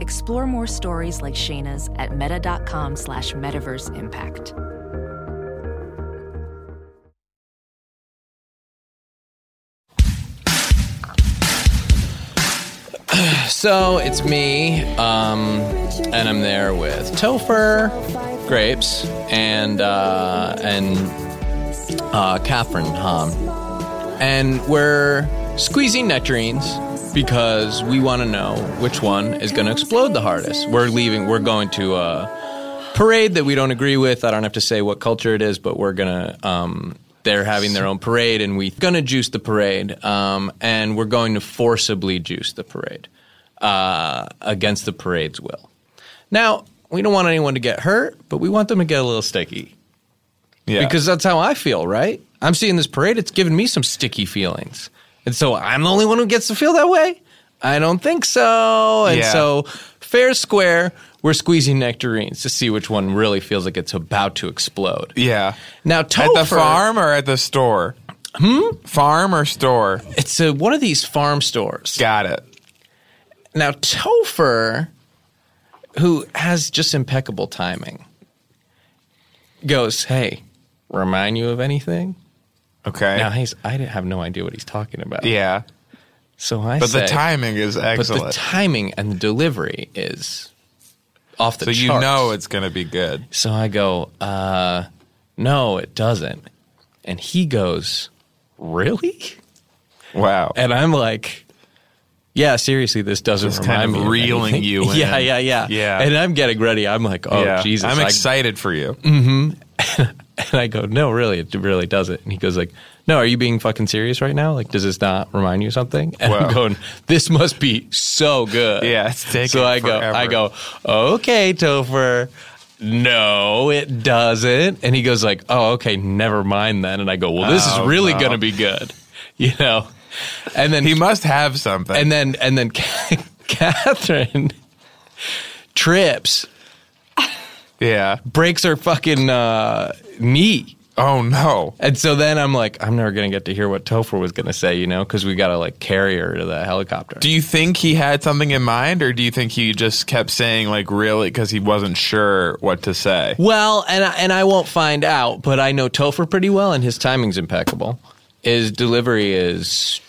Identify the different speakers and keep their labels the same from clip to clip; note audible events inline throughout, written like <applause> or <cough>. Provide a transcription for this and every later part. Speaker 1: Explore more stories like Shayna's at meta.com slash metaverse impact.
Speaker 2: So it's me, um, and I'm there with Topher, Grapes, and uh, and uh, Catherine Hom, and we're squeezing nectarines because we want to know which one is going to explode the hardest. We're leaving. We're going to uh, a parade that we don't agree with. I don't have to say what culture it is, but we're gonna. Um, they're having their own parade, and we're gonna juice the parade, um, and we're going to forcibly juice the parade uh, against the parade's will. Now, we don't want anyone to get hurt, but we want them to get a little sticky.
Speaker 3: Yeah.
Speaker 2: Because that's how I feel, right? I'm seeing this parade, it's giving me some sticky feelings. And so I'm the only one who gets to feel that way? I don't think so. And
Speaker 3: Yeah.
Speaker 2: so, fair square, we're squeezing nectarines to see which one really feels like it's about to explode.
Speaker 3: yeah.
Speaker 2: Now,
Speaker 3: At
Speaker 2: Topher,
Speaker 3: the farm or at the store? Hmm? Farm or store?
Speaker 2: it's uh one of these farm stores.
Speaker 3: Got it.
Speaker 2: Now, Topher, who has just impeccable timing, goes, Hey, remind you of anything?
Speaker 3: Okay.
Speaker 2: Now, he's, I didn't- have no idea what he's talking about.
Speaker 3: yeah.
Speaker 2: So I
Speaker 3: But the
Speaker 2: say-
Speaker 3: timing is
Speaker 2: But
Speaker 3: excellent.
Speaker 2: the timing and the delivery is off the
Speaker 3: so
Speaker 2: charts.
Speaker 3: you know it's going to be good.
Speaker 2: So I go, uh, no, it doesn't. And he goes, really?
Speaker 3: Wow.
Speaker 2: And I'm like, yeah, seriously, this doesn't
Speaker 3: Just
Speaker 2: remind
Speaker 3: kind of
Speaker 2: me. of
Speaker 3: reeling
Speaker 2: anything."
Speaker 3: you
Speaker 2: <laughs>
Speaker 3: in.
Speaker 2: Yeah, yeah, yeah,
Speaker 3: Yeah.
Speaker 2: And I'm getting ready. I'm like, oh
Speaker 3: Yeah.
Speaker 2: Jesus!
Speaker 3: I'm
Speaker 2: I- Mm-hmm.
Speaker 3: excited for you.
Speaker 2: <laughs> and I go, no, really, it really doesn't. And he goes like, no, are you being fucking serious right now? Like, does this not remind you of something? And
Speaker 3: Wow.
Speaker 2: I'm going, this must be so good.
Speaker 3: Yeah, it's taking
Speaker 2: So I go,
Speaker 3: forever.
Speaker 2: I go, okay, Topher. No, it doesn't. And he goes like, oh, okay, never mind then. And I go, well, this
Speaker 3: Oh,
Speaker 2: is really
Speaker 3: no.
Speaker 2: going to be good, <laughs> you know. And then
Speaker 3: He must have something.
Speaker 2: and then and then <laughs> Catherine trips,
Speaker 3: yeah.
Speaker 2: breaks her fucking uh, knee.
Speaker 3: Oh, no.
Speaker 2: And so then I'm like, I'm never gonna get to hear what Topher was gonna say, you know, because we gotta like carry her to the helicopter.
Speaker 3: Do you think he had something in mind, or do you think he just kept saying, like, really, because he wasn't sure what to say?
Speaker 2: well, and I, and I won't find out, but I know Topher pretty well, and his timing's impeccable. His delivery is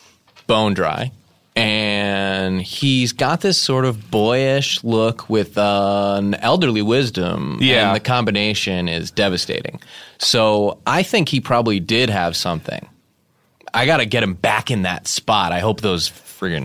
Speaker 2: bone dry, and he's got this sort of boyish look with uh, an elderly wisdom.
Speaker 3: Yeah.
Speaker 2: and the combination is devastating. So I think he probably did have something. I got to get him back in that spot. I hope those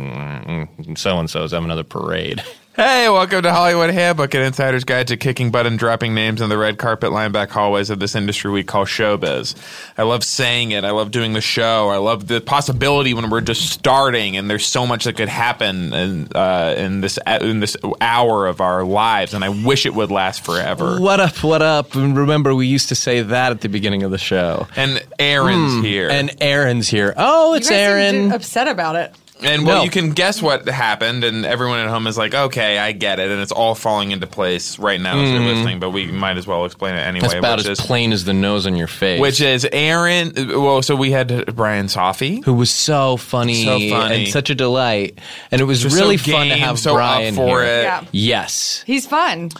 Speaker 2: friggin' so and so's have another parade.
Speaker 3: Hey, welcome to Hollywood Handbook, an insider's guide to kicking butt and dropping names on the red carpet lineback hallways of this industry we call showbiz. I love saying it. I love doing the show. I love the possibility when we're just starting and there's so much that could happen in, uh, in this in this hour of our lives, and I wish it would last forever.
Speaker 2: What up? What up? And remember, we used to say that at the beginning of the show.
Speaker 3: And Aaron's here,
Speaker 2: hmm, And Aaron's here. Oh, it's
Speaker 4: you guys seem
Speaker 2: Aaron.
Speaker 4: d- upset about it.
Speaker 3: and well,
Speaker 2: no.
Speaker 3: you can guess what happened, and everyone at home is like, "Okay, I get it," and it's all falling into place right now as you're listening. But we might as well explain it anyway.
Speaker 2: Hmm. That's about
Speaker 3: which
Speaker 2: as
Speaker 3: is-
Speaker 2: plain as the nose on your face.
Speaker 3: which is Aaron. Well, so we had Brian Sophie.
Speaker 2: who was so funny,
Speaker 3: So funny.
Speaker 2: and such a delight, and it was
Speaker 3: Just
Speaker 2: really
Speaker 3: so
Speaker 2: fun
Speaker 3: game,
Speaker 2: to have
Speaker 3: so
Speaker 2: Brian
Speaker 3: up for
Speaker 2: here.
Speaker 3: it.
Speaker 4: Yeah.
Speaker 2: Yes,
Speaker 4: He's fun.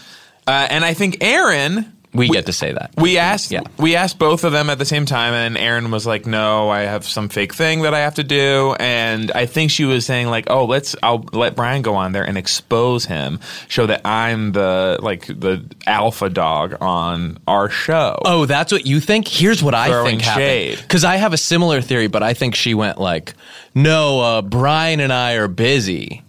Speaker 3: Uh, and I think Aaron.
Speaker 2: we, get to say that.
Speaker 3: We asked
Speaker 2: Yeah.
Speaker 3: we asked both of them at the same time, and Aaron was like, "No, I have some fake thing that I have to do." And I think she was saying like, "Oh, let's I'll let Brian go on there and expose him, show that I'm the like the alpha dog on our show."
Speaker 2: Oh, that's what you think? Here's what I
Speaker 3: Throwing
Speaker 2: think happened.
Speaker 3: shade.
Speaker 2: Because I have a similar theory, but I think she went like, no, uh, Brian and I are busy.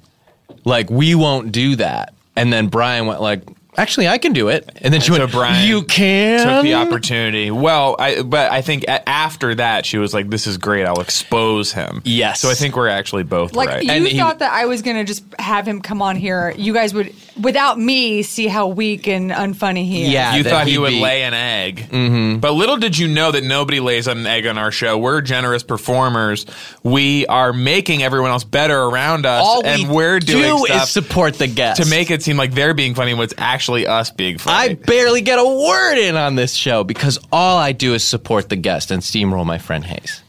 Speaker 2: Like, we won't do that. And then Brian went like, actually, I can do it. And then she
Speaker 3: So
Speaker 2: went,
Speaker 3: Brian
Speaker 2: you can?
Speaker 3: Took the opportunity. Well, I but I think a- after that she was like, "This is great. I'll expose him."
Speaker 2: Yes.
Speaker 3: So I think we're actually both
Speaker 4: Like
Speaker 3: right.
Speaker 4: you
Speaker 2: And he-
Speaker 4: thought that I was gonna just have him come on here. You guys would without me, see how weak and unfunny he is.
Speaker 2: Yeah,
Speaker 3: you
Speaker 2: that
Speaker 3: thought he
Speaker 2: he'd
Speaker 3: would
Speaker 2: be-
Speaker 3: lay an egg. Mm-hmm. But little did you know that nobody lays an egg on our show. We're generous performers. We are making everyone else better around us.
Speaker 2: All
Speaker 3: and
Speaker 2: we
Speaker 3: are doing
Speaker 2: do
Speaker 3: stuff
Speaker 2: is support the guest
Speaker 3: to make it seem like they're being funny when it's actually us being
Speaker 2: I
Speaker 3: funny.
Speaker 2: barely get a word in on this show because all I do is support the guest and steamroll my friend Hayes.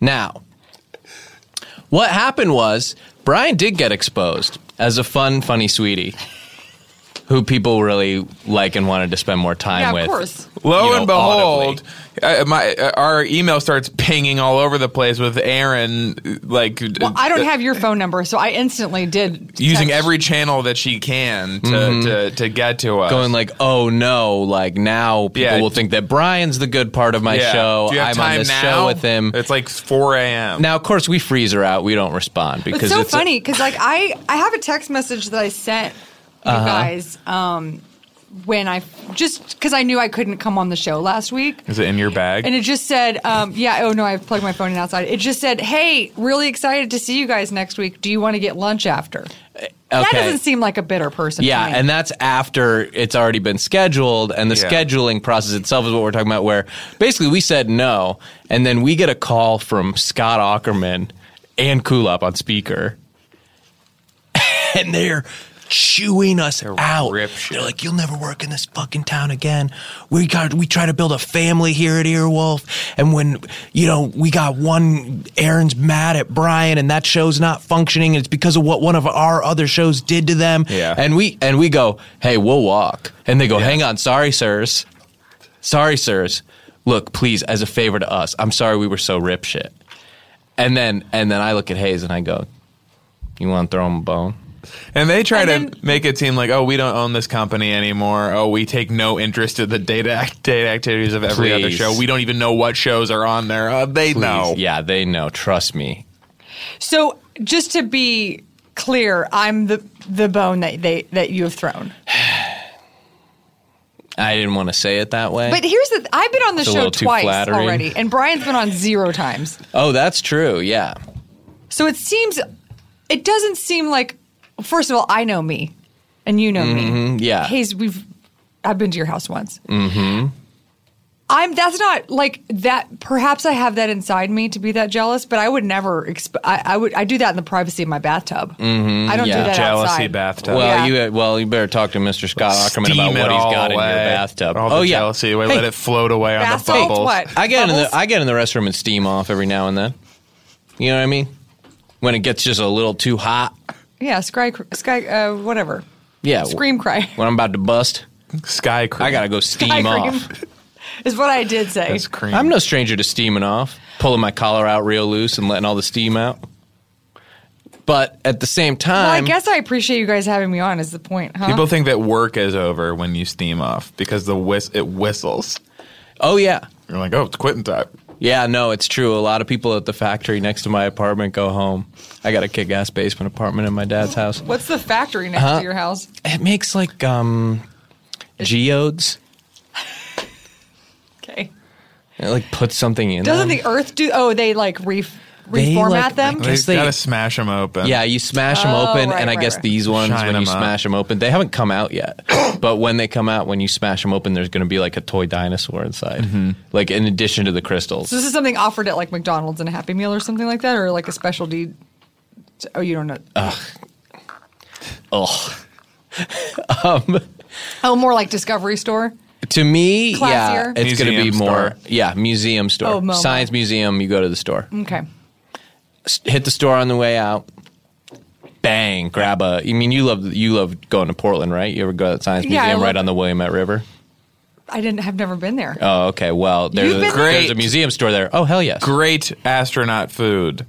Speaker 2: Now, what happened was Brian did get exposed as a fun, funny sweetie who people really like and wanted to spend more time
Speaker 4: Yeah, of
Speaker 2: with.
Speaker 4: course.
Speaker 3: Lo
Speaker 2: you know,
Speaker 3: and behold,
Speaker 2: audibly.
Speaker 3: uh, my uh, our email starts pinging all over the place with Aaron, uh, like
Speaker 4: Well, I
Speaker 3: uh,
Speaker 4: don't have your phone number, so I instantly did
Speaker 3: using
Speaker 4: text-
Speaker 3: every channel that she can to, to, to get to us.
Speaker 2: Mm-hmm. Going like, oh no, like now people
Speaker 3: Yeah.
Speaker 2: will think that Brian's the good part of my
Speaker 3: Yeah.
Speaker 2: show.
Speaker 3: Do you have
Speaker 2: I'm
Speaker 3: time
Speaker 2: on this
Speaker 3: now?
Speaker 2: show with him.
Speaker 3: It's like 4 a.m.
Speaker 2: Now, of course, we freeze her out. We don't respond because
Speaker 4: It's so
Speaker 2: a-
Speaker 4: funny because like I I have a text message that I sent you
Speaker 2: Uh-huh.
Speaker 4: guys um when I just because I knew I couldn't come on the show last week.
Speaker 3: Is it in your bag?
Speaker 4: And it just said, um, yeah, oh no, I've plugged my phone in outside. It just said, hey, really excited to see you guys next week. Do you want to get lunch after? That
Speaker 2: Okay.
Speaker 4: doesn't seem like a bitter person. to
Speaker 2: Yeah,
Speaker 4: me.
Speaker 2: and that's after it's already been scheduled, and the
Speaker 3: Yeah.
Speaker 2: scheduling process itself is what we're talking about. Where basically we said no, and then we get a call from Scott Ackerman and Kulop on speaker, <laughs> and they're chewing us out.
Speaker 3: rip shit.
Speaker 2: They're like, "You'll never work in this fucking town again. We got we try to build a family here at Earwolf, and when you know we got one, Aaron's mad at Brian, and that show's not functioning. And it's because of what one of our other shows did to them.
Speaker 3: Yeah.
Speaker 2: and we and we go, hey, we'll walk, and they go, hang on, sorry, sirs, sorry, sirs. Look, please, as a favor to us, I'm sorry we were so rip shit. And then and then I look at Hayes and I go, you want to throw him a bone?
Speaker 3: And they try
Speaker 4: And
Speaker 3: to make it seem like, oh, we don't own this company anymore. Oh, we take no interest in the data act- data activities of every other
Speaker 2: Please.
Speaker 3: show. We don't even know what shows are on there. Uh, they know.
Speaker 2: Yeah, they know. Trust me.
Speaker 4: so just to be clear, I'm the the bone that they that you have thrown.
Speaker 2: I didn't want to say it that way.
Speaker 4: But here's the th- I've been on the
Speaker 2: It's a
Speaker 4: show
Speaker 2: little too
Speaker 4: twice
Speaker 2: flattering.
Speaker 4: already, and Brian's been on zero times.
Speaker 2: oh, that's true. Yeah.
Speaker 4: So it seems, it doesn't seem like. First of all, I know me, and you know me.
Speaker 2: Mm-hmm. yeah.
Speaker 4: Hayes, we've. I've been to your house once. Mm-hmm. I'm. That's not like that. Perhaps I have that inside me to be that jealous, but I would never. Exp- I, I would. I do that in the privacy of my bathtub. I don't
Speaker 2: Mm-hmm. yeah.
Speaker 4: do that
Speaker 3: Jealousy
Speaker 4: outside.
Speaker 3: bathtub.
Speaker 2: Well,
Speaker 4: Yeah.
Speaker 2: you well, you better talk to Mr. Scott Ackerman
Speaker 3: Steam
Speaker 2: about what
Speaker 3: it
Speaker 2: he's
Speaker 3: all
Speaker 2: got in your
Speaker 3: away.
Speaker 2: bathtub.
Speaker 3: All the
Speaker 2: oh yeah,
Speaker 3: jealousy away.
Speaker 2: Hey,
Speaker 3: Let it float away on the
Speaker 4: Bathtub?
Speaker 3: bubbles.
Speaker 4: What?
Speaker 2: I get in the
Speaker 4: Bubbles?
Speaker 2: I get in the restroom and steam off every now and then. You know what I mean? When it gets just a little too hot.
Speaker 4: Yeah, sky, cr- sky, uh, whatever.
Speaker 2: Yeah.
Speaker 4: Scream cry <laughs>
Speaker 2: When I'm about to bust,
Speaker 3: Sky cream.
Speaker 2: I gotta go steam
Speaker 4: Sky cream.
Speaker 2: off.
Speaker 4: is what I did say.
Speaker 3: That's cream.
Speaker 2: I'm no stranger to steaming off, pulling my collar out real loose and letting all the steam out. But at the same time,
Speaker 4: Well, I guess I appreciate you guys having me on. Is the point, huh?
Speaker 3: People think that work is over when you steam off because the whis- it whistles.
Speaker 2: oh yeah,
Speaker 3: You're like, oh, it's quitting time.
Speaker 2: Yeah, no, it's true. A lot of people at the factory next to my apartment go home. I got a kick ass basement apartment in my dad's house.
Speaker 4: What's the factory next to your house?
Speaker 2: It makes like um geodes.
Speaker 4: Okay.
Speaker 2: It like puts something in
Speaker 4: Doesn't
Speaker 2: them.
Speaker 4: the Earth do? Oh, they like re,
Speaker 2: They,
Speaker 4: reformat
Speaker 2: like,
Speaker 4: them.
Speaker 2: like- Guess they-
Speaker 3: you gotta smash them open.
Speaker 2: yeah, you smash them
Speaker 4: Oh,
Speaker 2: open,
Speaker 4: right,
Speaker 2: and I
Speaker 4: right,
Speaker 2: guess
Speaker 4: right.
Speaker 2: these ones,
Speaker 3: Shine
Speaker 2: when you
Speaker 3: 'em up.
Speaker 2: smash them open, they haven't come out
Speaker 4: <coughs>
Speaker 2: yet. but when they come out, when you smash them open, there's going to be like a toy dinosaur inside,
Speaker 3: Mm-hmm.
Speaker 2: like in addition to the crystals.
Speaker 4: so this is something offered at like McDonald's and a Happy Meal or something like that, or like a specialty. Oh, you don't know.
Speaker 2: Uh. Ugh.
Speaker 4: oh, more like Discovery Store.
Speaker 2: To me,
Speaker 4: Classier.
Speaker 2: yeah, it's going to be
Speaker 3: Museum
Speaker 2: more.
Speaker 3: store.
Speaker 2: Yeah, museum store,
Speaker 4: Oh, MoMA.
Speaker 2: science museum. You go to the store.
Speaker 4: Okay.
Speaker 2: hit the store on the way out. Bang! Grab a. I mean, you love you love going to Portland, right? You ever go to the Science
Speaker 4: Yeah, I
Speaker 2: Museum
Speaker 4: love
Speaker 2: right
Speaker 4: it.
Speaker 2: on the Willamette River?
Speaker 4: I didn't have never been there.
Speaker 2: Oh, okay. Well, there's
Speaker 4: You've
Speaker 2: a,
Speaker 4: been
Speaker 3: there?
Speaker 2: there's a museum store there. Oh, hell yes.
Speaker 3: Great astronaut food.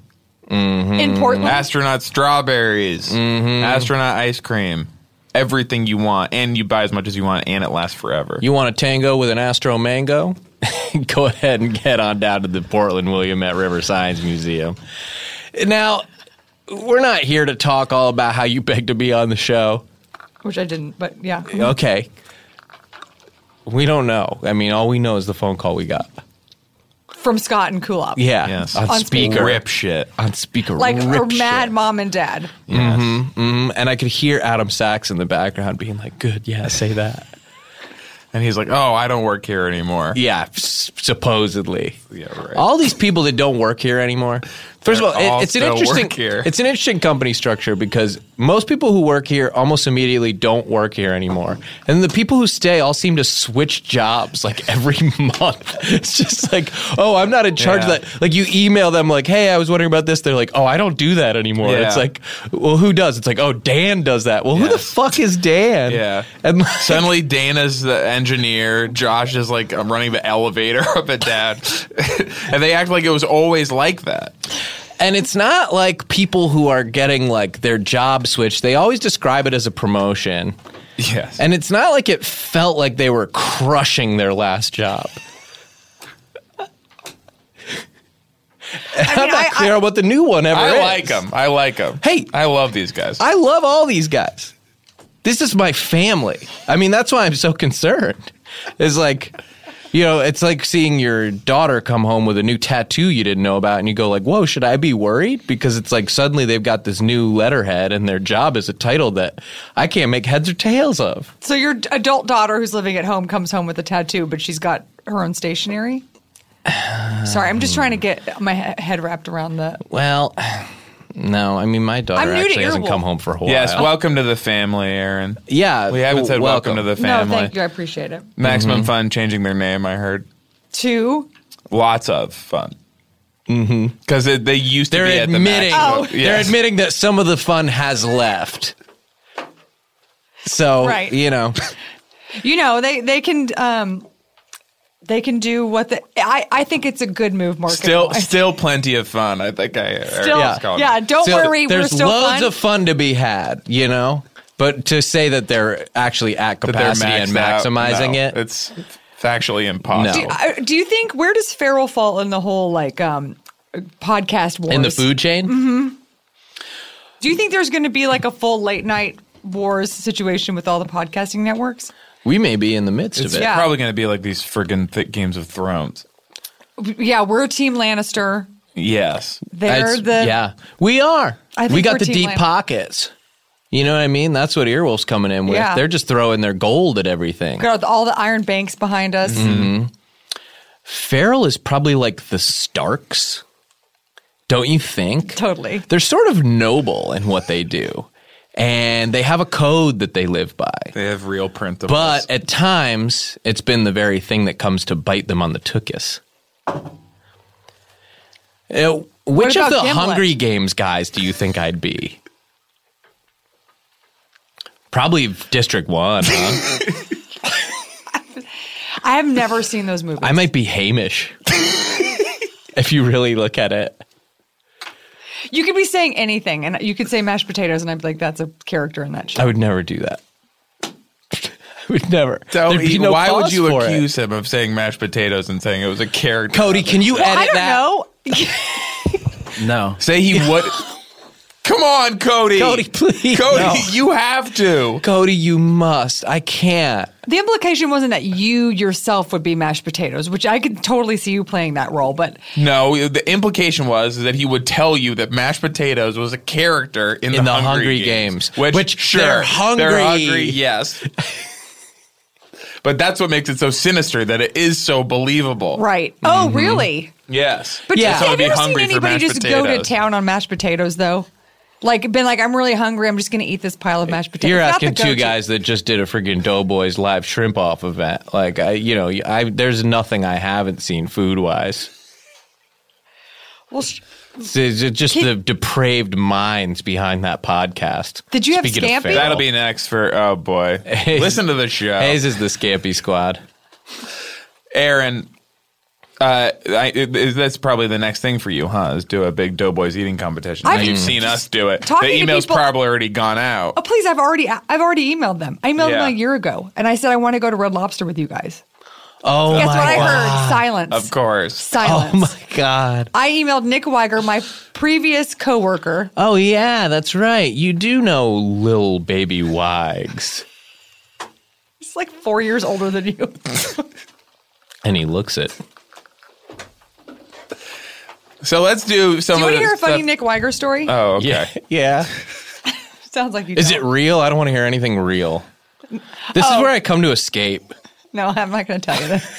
Speaker 2: Um,
Speaker 4: In Portland,
Speaker 3: astronaut strawberries, Mm-hmm. astronaut ice cream, everything you want, and you buy as much as you want, and it lasts forever.
Speaker 2: You want a tango with an Astro Mango? <laughs> go ahead and get on down to the Portland Willamette River Science Museum. Now, we're not here to talk all about how you begged to be on the show.
Speaker 4: which I didn't, but yeah.
Speaker 2: Okay. We don't know. I mean, all we know is the phone call we got.
Speaker 4: from Scott and Kulop.
Speaker 2: Yeah.
Speaker 3: Yes.
Speaker 2: On,
Speaker 3: On
Speaker 2: speaker.
Speaker 3: Rip shit.
Speaker 2: On speaker.
Speaker 4: Like or
Speaker 2: rip
Speaker 4: mad
Speaker 2: shit.
Speaker 4: mom and dad.
Speaker 2: Mm, And I could hear Adam Sachs in the background being like, good, yeah, say that.
Speaker 3: And he's like, "Oh, I don't work here anymore."
Speaker 2: Yeah, s- supposedly.
Speaker 3: Yeah, right.
Speaker 2: All these people that don't work here anymore. 1st of all,
Speaker 3: They're all
Speaker 2: it, it's an
Speaker 3: still
Speaker 2: interesting
Speaker 3: work here.
Speaker 2: it's an interesting company structure because most people who work here almost immediately don't work here anymore, and the people who stay all seem to switch jobs like <laughs> every month. It's just like, oh, I'm not in charge
Speaker 3: Yeah.
Speaker 2: of that. Like you email them like, hey, I was wondering about this. They're like, oh, I don't do that anymore.
Speaker 3: Yeah.
Speaker 2: It's like, well, who does? It's like, oh, Dan does that. Well, who the
Speaker 3: Yes.
Speaker 2: fuck is Dan?
Speaker 3: Yeah.
Speaker 2: and <laughs> like,
Speaker 3: Suddenly, Dana's the engineer. Josh is like, I'm running the elevator <laughs> up and down. and they act like it was always like that.
Speaker 2: And it's not like people who are getting like their job switched, they always describe it as a promotion.
Speaker 3: Yes.
Speaker 2: And it's not like it felt like they were crushing their last job.
Speaker 4: I
Speaker 2: <laughs> I'm
Speaker 4: mean, I,
Speaker 2: not clear on what the new one ever
Speaker 3: I
Speaker 2: is.
Speaker 3: like them. I like them.
Speaker 2: Hey.
Speaker 3: I love these guys.
Speaker 2: I love all these guys. This is my family. I mean, that's why I'm so concerned. It's like, you know, it's like seeing your daughter come home with a new tattoo you didn't know about, and you go like, "Whoa, should I be worried?" Because it's like suddenly they've got this new letterhead, and their job is a title that I can't make heads or tails of.
Speaker 4: so your adult daughter who's living at home comes home with a tattoo, but she's got her own stationery. Sorry, I'm just trying to get my he- head wrapped around the.
Speaker 2: Well, <sighs> no, I mean, my daughter
Speaker 4: I'm new to
Speaker 2: actually hasn't
Speaker 4: Earwolf.
Speaker 2: come home for a while.
Speaker 3: yes. Welcome to the family, Aaron.
Speaker 2: yeah,
Speaker 3: We haven't said welcome, Mm-hmm. to the family.
Speaker 4: No, thank you. I appreciate it.
Speaker 3: Maximum Fun changing their name, I heard.
Speaker 4: Two.
Speaker 3: Lots of fun. Because they used to
Speaker 2: They're
Speaker 3: be at the
Speaker 2: admitting.
Speaker 4: Oh.
Speaker 2: Oh.
Speaker 3: Maximum-
Speaker 2: They're
Speaker 3: Yes.
Speaker 2: admitting that some of the fun has left. So
Speaker 4: Right.
Speaker 2: you know,
Speaker 4: You know they they can um they can do what the I I think it's a good move. Marketing
Speaker 3: <laughs> Still, still plenty of fun. I think I
Speaker 4: Still-
Speaker 3: I was calling
Speaker 4: yeah,
Speaker 3: it.
Speaker 4: don't
Speaker 2: so
Speaker 4: worry, we're
Speaker 2: There's
Speaker 4: still
Speaker 2: loads
Speaker 4: fun.
Speaker 2: of fun to be had. You know, but to say that they're actually at
Speaker 3: That they're
Speaker 2: capacity and
Speaker 3: maxed out.
Speaker 2: maximizing
Speaker 3: No,
Speaker 2: it,
Speaker 3: It's factually
Speaker 2: No.
Speaker 3: impossible.
Speaker 4: I- do you think where does Farrell fall in the whole like um podcast wars
Speaker 2: in the food chain.
Speaker 4: Mm-hmm. Do you think there's going to be like a full late night wars situation with all the podcasting networks?
Speaker 2: We may be in the midst
Speaker 3: It's
Speaker 2: of it.
Speaker 4: Yeah.
Speaker 3: probably going to be like these friggin' thick Games of Thrones.
Speaker 4: Yeah, we're Team Lannister.
Speaker 3: Yes.
Speaker 4: They're
Speaker 2: It's-
Speaker 4: the
Speaker 2: yeah, we are.
Speaker 4: I think
Speaker 2: we got
Speaker 4: we're
Speaker 2: the
Speaker 4: Team
Speaker 2: deep
Speaker 4: Lion-
Speaker 2: pockets. You know what I mean? That's what Earwolf's coming in with.
Speaker 4: Yeah.
Speaker 2: They're just throwing their gold at everything.
Speaker 4: got all the Iron Banks behind us.
Speaker 2: Mm-hmm. Farrell is probably like the Starks, don't you think?
Speaker 4: Totally.
Speaker 2: They're sort of noble in what they do, and they have a code that they live by.
Speaker 3: They have real printables.
Speaker 2: But at times, it's been the very thing that comes to bite them on the tuchus. Uh, which of the
Speaker 4: about Gimlet?
Speaker 2: Hungry Games guys do you think I'd be? Probably District One.
Speaker 4: <laughs>
Speaker 2: Huh?
Speaker 4: I have never seen those movies.
Speaker 2: I might be Hamish. if you really look at it.
Speaker 4: you could be saying anything, and you could say mashed potatoes, and I'd be like, "That's a character in that show."
Speaker 2: I would never do that. <laughs> I would never.
Speaker 3: So
Speaker 2: There'd be
Speaker 3: he-
Speaker 2: no
Speaker 3: why would
Speaker 2: cause
Speaker 3: you
Speaker 2: for it.
Speaker 3: accuse him of saying mashed potatoes and saying it was a character?
Speaker 2: Cody? Can you edit
Speaker 4: I don't
Speaker 2: that?
Speaker 4: know.
Speaker 2: No. <laughs>
Speaker 3: Say he would. Come on, Cody.
Speaker 2: Cody, please,
Speaker 3: Cody,
Speaker 2: no.
Speaker 3: you have to.
Speaker 2: Cody, you must. I can't.
Speaker 4: The implication wasn't that you yourself would be mashed potatoes, which I could totally see you playing that role, but
Speaker 3: No, the implication was that he would tell you that mashed potatoes was a character in,
Speaker 2: In
Speaker 3: the,
Speaker 2: the
Speaker 3: Hungry,
Speaker 2: Hungry
Speaker 3: Games,
Speaker 2: Games, which they're hungry.
Speaker 3: They're hungry,
Speaker 2: <laughs>
Speaker 3: yes. but that's what makes it so sinister that it is so believable.
Speaker 4: right. Oh, really?
Speaker 3: Yes.
Speaker 4: But
Speaker 2: Yeah.
Speaker 4: yeah,
Speaker 2: So
Speaker 4: have
Speaker 3: be
Speaker 4: you ever seen
Speaker 3: hungry for
Speaker 4: anybody
Speaker 3: mashed
Speaker 4: just go to
Speaker 3: potatoes.
Speaker 4: town on mashed potatoes though? Like been like, I'm really hungry. I'm just going to eat this pile of mashed potatoes.
Speaker 2: You're
Speaker 4: Not the
Speaker 2: asking two
Speaker 4: go-to.
Speaker 2: guys that just did a freaking Doughboys live shrimp off event. Like I, you know, I there's nothing I haven't seen food wise.
Speaker 4: Well, sh-
Speaker 2: Just,
Speaker 4: Keep-
Speaker 2: the depraved minds behind that podcast.
Speaker 4: Did you have Scampi?
Speaker 2: Farrell.
Speaker 3: That'll be next for oh boy. Listen to the show,
Speaker 2: Hayes is the Scampy Squad.
Speaker 3: Aaron. Uh, I, it- it- that's probably the next thing for you, huh? Is do a big Doughboys eating competition. Now
Speaker 4: I've-
Speaker 3: you've seen us do it. The
Speaker 4: Talking to
Speaker 3: email's
Speaker 4: people-
Speaker 3: probably already gone out.
Speaker 4: oh, please, I've already I've already emailed them. I emailed
Speaker 3: Yeah.
Speaker 4: them a year ago, and I said I want to go to Red Lobster with you guys.
Speaker 2: Oh
Speaker 4: Guess
Speaker 2: my
Speaker 4: what
Speaker 2: god!
Speaker 4: I heard? Silence.
Speaker 3: Of course,
Speaker 4: Silence.
Speaker 2: Oh my god!
Speaker 4: I emailed Nick Weiger, my previous coworker.
Speaker 2: Oh yeah, that's right. You do know Lil Baby Wags.
Speaker 3: <laughs>
Speaker 4: He's like four years older than you.
Speaker 2: And he looks it.
Speaker 3: So let's do some
Speaker 4: Do you
Speaker 3: of the
Speaker 4: want to hear a funny
Speaker 3: stuff-
Speaker 4: Nick Weiger story?
Speaker 3: Oh, okay.
Speaker 2: Yeah. <laughs> Yeah.
Speaker 4: Sounds like you.
Speaker 2: Is it
Speaker 4: don't.
Speaker 2: real? I don't want to hear anything real. This is where I come to escape.
Speaker 4: No, I'm not going to tell you that.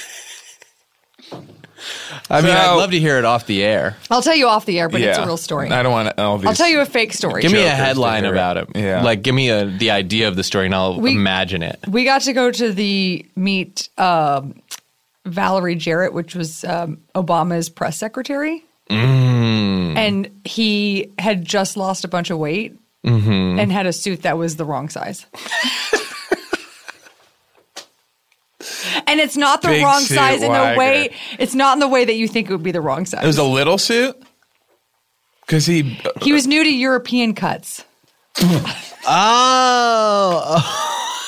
Speaker 2: I mean, I'd
Speaker 3: So-
Speaker 2: love to hear it off the air.
Speaker 4: I'll tell you off the air, but it's a
Speaker 3: Yeah.
Speaker 4: real story.
Speaker 3: I don't want all these.
Speaker 4: I'll tell you a fake story.
Speaker 2: Give me a
Speaker 3: Jokers to
Speaker 2: headline
Speaker 3: hear it.
Speaker 2: about it.
Speaker 3: Yeah.
Speaker 2: Like, give me a, the idea of the story and I'll
Speaker 4: We-
Speaker 2: imagine it.
Speaker 4: we got to go to the meet um, Valerie Jarrett, which was um, Obama's press secretary,
Speaker 3: Mm.
Speaker 4: and he had just lost a bunch of weight
Speaker 3: Mm-hmm.
Speaker 4: and had a suit that was the
Speaker 3: <laughs>
Speaker 4: wrong size. And it's not the
Speaker 3: Big
Speaker 4: wrong
Speaker 3: suit,
Speaker 4: size in
Speaker 3: Weiger.
Speaker 4: a way. It's not in the way that you think it would be the wrong size.
Speaker 3: It was a little suit. Because he,
Speaker 4: he was new to European cuts.
Speaker 2: Oh,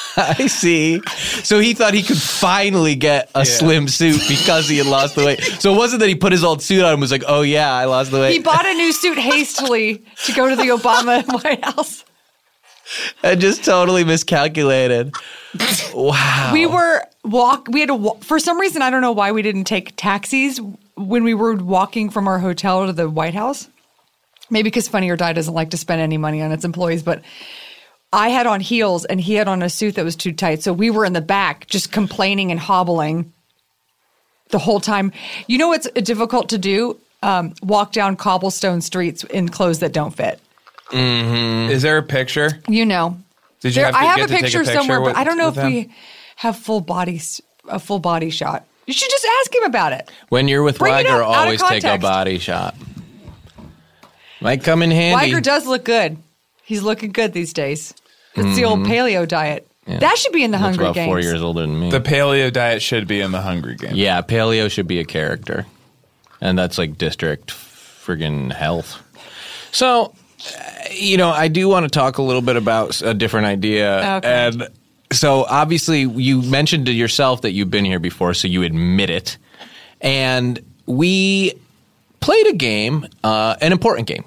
Speaker 2: <laughs> I see. So he thought he could finally get a slim suit because he had lost the weight. So it wasn't that he put his old suit on and was like, oh, yeah, I lost the weight.
Speaker 4: He bought a new suit hastily to go to the Obama <laughs> White House.
Speaker 2: and just totally miscalculated. Wow.
Speaker 4: We were walk. We had to walk. For some reason, I don't know why we didn't take taxis when we were walking from our hotel to the White House. Maybe because Funny or Die doesn't like to spend any money on its employees, but I had on heels and he had on a suit that was too tight. So we were in the back just complaining and hobbling the whole time. You know what's difficult to do? Um, walk down cobblestone streets in clothes that don't fit.
Speaker 3: is there a picture?
Speaker 4: You know.
Speaker 3: Did you have to
Speaker 4: I have
Speaker 3: get
Speaker 4: a
Speaker 3: to take a
Speaker 4: picture,
Speaker 3: picture
Speaker 4: somewhere,
Speaker 3: with-
Speaker 4: but I don't know
Speaker 3: with
Speaker 4: if we have full body s- a full body shot. You should just ask him about it.
Speaker 2: when you're with
Speaker 4: Bring it up,
Speaker 2: Weiger,
Speaker 4: out of
Speaker 2: always take a
Speaker 4: context.
Speaker 2: body shot. Might come in handy.
Speaker 4: Weiger does look good. He's looking good these days. It's the
Speaker 3: Mm-hmm.
Speaker 4: old paleo diet. That should be in the
Speaker 2: That's
Speaker 4: Hungry
Speaker 2: about four
Speaker 4: Games.
Speaker 2: years older than me.
Speaker 3: The paleo diet should be in the Hungry Game.
Speaker 2: yeah, paleo should be a character. And that's like district friggin' health. So, uh, you know, I do want to talk a little bit about a different idea.
Speaker 4: Okay.
Speaker 2: And so, obviously, you mentioned to yourself that you've been here before, so you admit it. And we played a game, uh, an important game,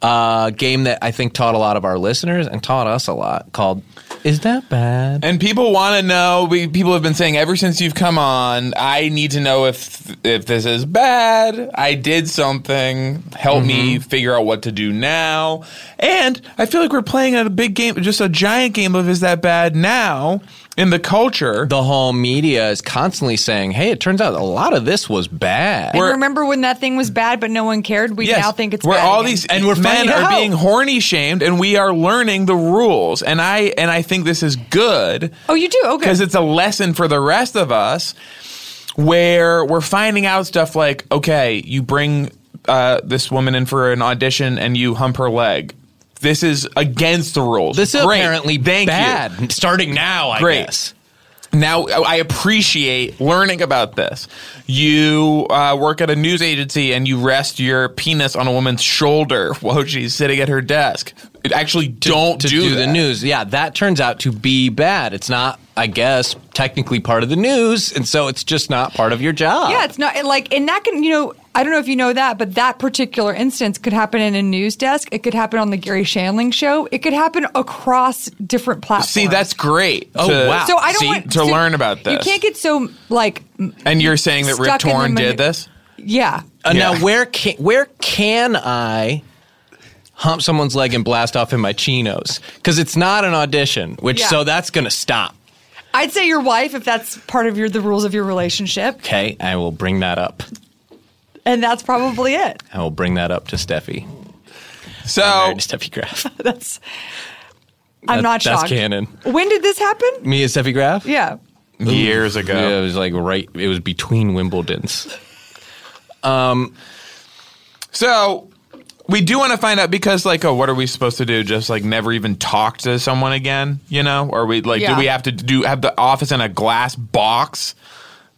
Speaker 2: a game that I think taught a lot of our listeners and taught us a lot called Is That Bad?
Speaker 3: And people want to know. We, people have been saying ever since you've come on, I need to know if if this is bad. I did something. Help me figure out what to do now. And I feel like we're playing a big game, just a giant game of is that bad now in the culture.
Speaker 2: the whole media is constantly saying, "Hey, it turns out a lot of this was bad."
Speaker 4: And remember when that thing was bad, but no one cared? We
Speaker 3: Yes.
Speaker 4: now think it's
Speaker 3: where
Speaker 4: bad
Speaker 3: all
Speaker 4: again.
Speaker 3: these
Speaker 2: And we're
Speaker 3: men
Speaker 2: finding
Speaker 3: are
Speaker 2: out.
Speaker 3: being horny shamed, and we are learning the rules. And I and I think this is good.
Speaker 4: Oh, you do? Okay.
Speaker 3: because it's a lesson for the rest of us where we're finding out stuff like okay you bring uh, this woman in for an audition and you hump her leg this is against the rules
Speaker 2: this is
Speaker 3: Great.
Speaker 2: apparently
Speaker 3: Thank you.
Speaker 2: bad. Starting now, I
Speaker 3: Great.
Speaker 2: guess.
Speaker 3: now i appreciate learning about this you uh, work at a news agency and you rest your penis on a woman's shoulder <laughs> while she's sitting at her desk actually don't
Speaker 2: To do,
Speaker 3: do,
Speaker 2: the
Speaker 3: that.
Speaker 2: news, yeah, that turns out to be bad. It's not, I guess, technically part of the news, and so it's just not part of your job.
Speaker 4: Yeah, it's not like, and that can, you know, I don't know if you know that, but that particular instance could happen in a news desk. It could happen on the Gary Shanling show. It could happen across different platforms.
Speaker 3: see that's great
Speaker 2: Oh,
Speaker 3: to-
Speaker 2: wow.
Speaker 4: so. I don't
Speaker 3: Ah, see,
Speaker 4: want
Speaker 3: to learn about this
Speaker 4: You can't get so like, m-
Speaker 3: and you're saying that rip
Speaker 4: stuck in the
Speaker 3: torn
Speaker 4: manu-
Speaker 3: did this
Speaker 4: yeah.
Speaker 2: Uh,
Speaker 3: Yeah.
Speaker 2: Now, where can where can I hump someone's leg and blast off in my chinos? Because it's not an audition, which
Speaker 4: Yeah.
Speaker 2: so that's going to stop.
Speaker 4: I'd say your wife if that's part of your the rules of your relationship,
Speaker 2: Okay, I will bring that up.
Speaker 4: and that's probably it.
Speaker 2: I will bring that up to Steffi.
Speaker 3: so
Speaker 2: Married to
Speaker 4: Oh.
Speaker 2: Steffi Graf.
Speaker 4: That's. I'm
Speaker 2: That-
Speaker 4: not
Speaker 2: that's
Speaker 4: shocked.
Speaker 2: canon.
Speaker 4: When did this happen?
Speaker 2: Me and Steffi Graf?
Speaker 4: Yeah.
Speaker 3: years ago.
Speaker 2: Yeah, it was like right. It was between Wimbledon's.
Speaker 3: So we do want to find out because, like, oh, what are we supposed to do? Just like never even talk to someone again, you know? Or we like,
Speaker 4: Yeah.
Speaker 3: do we have to do have the office in a glass box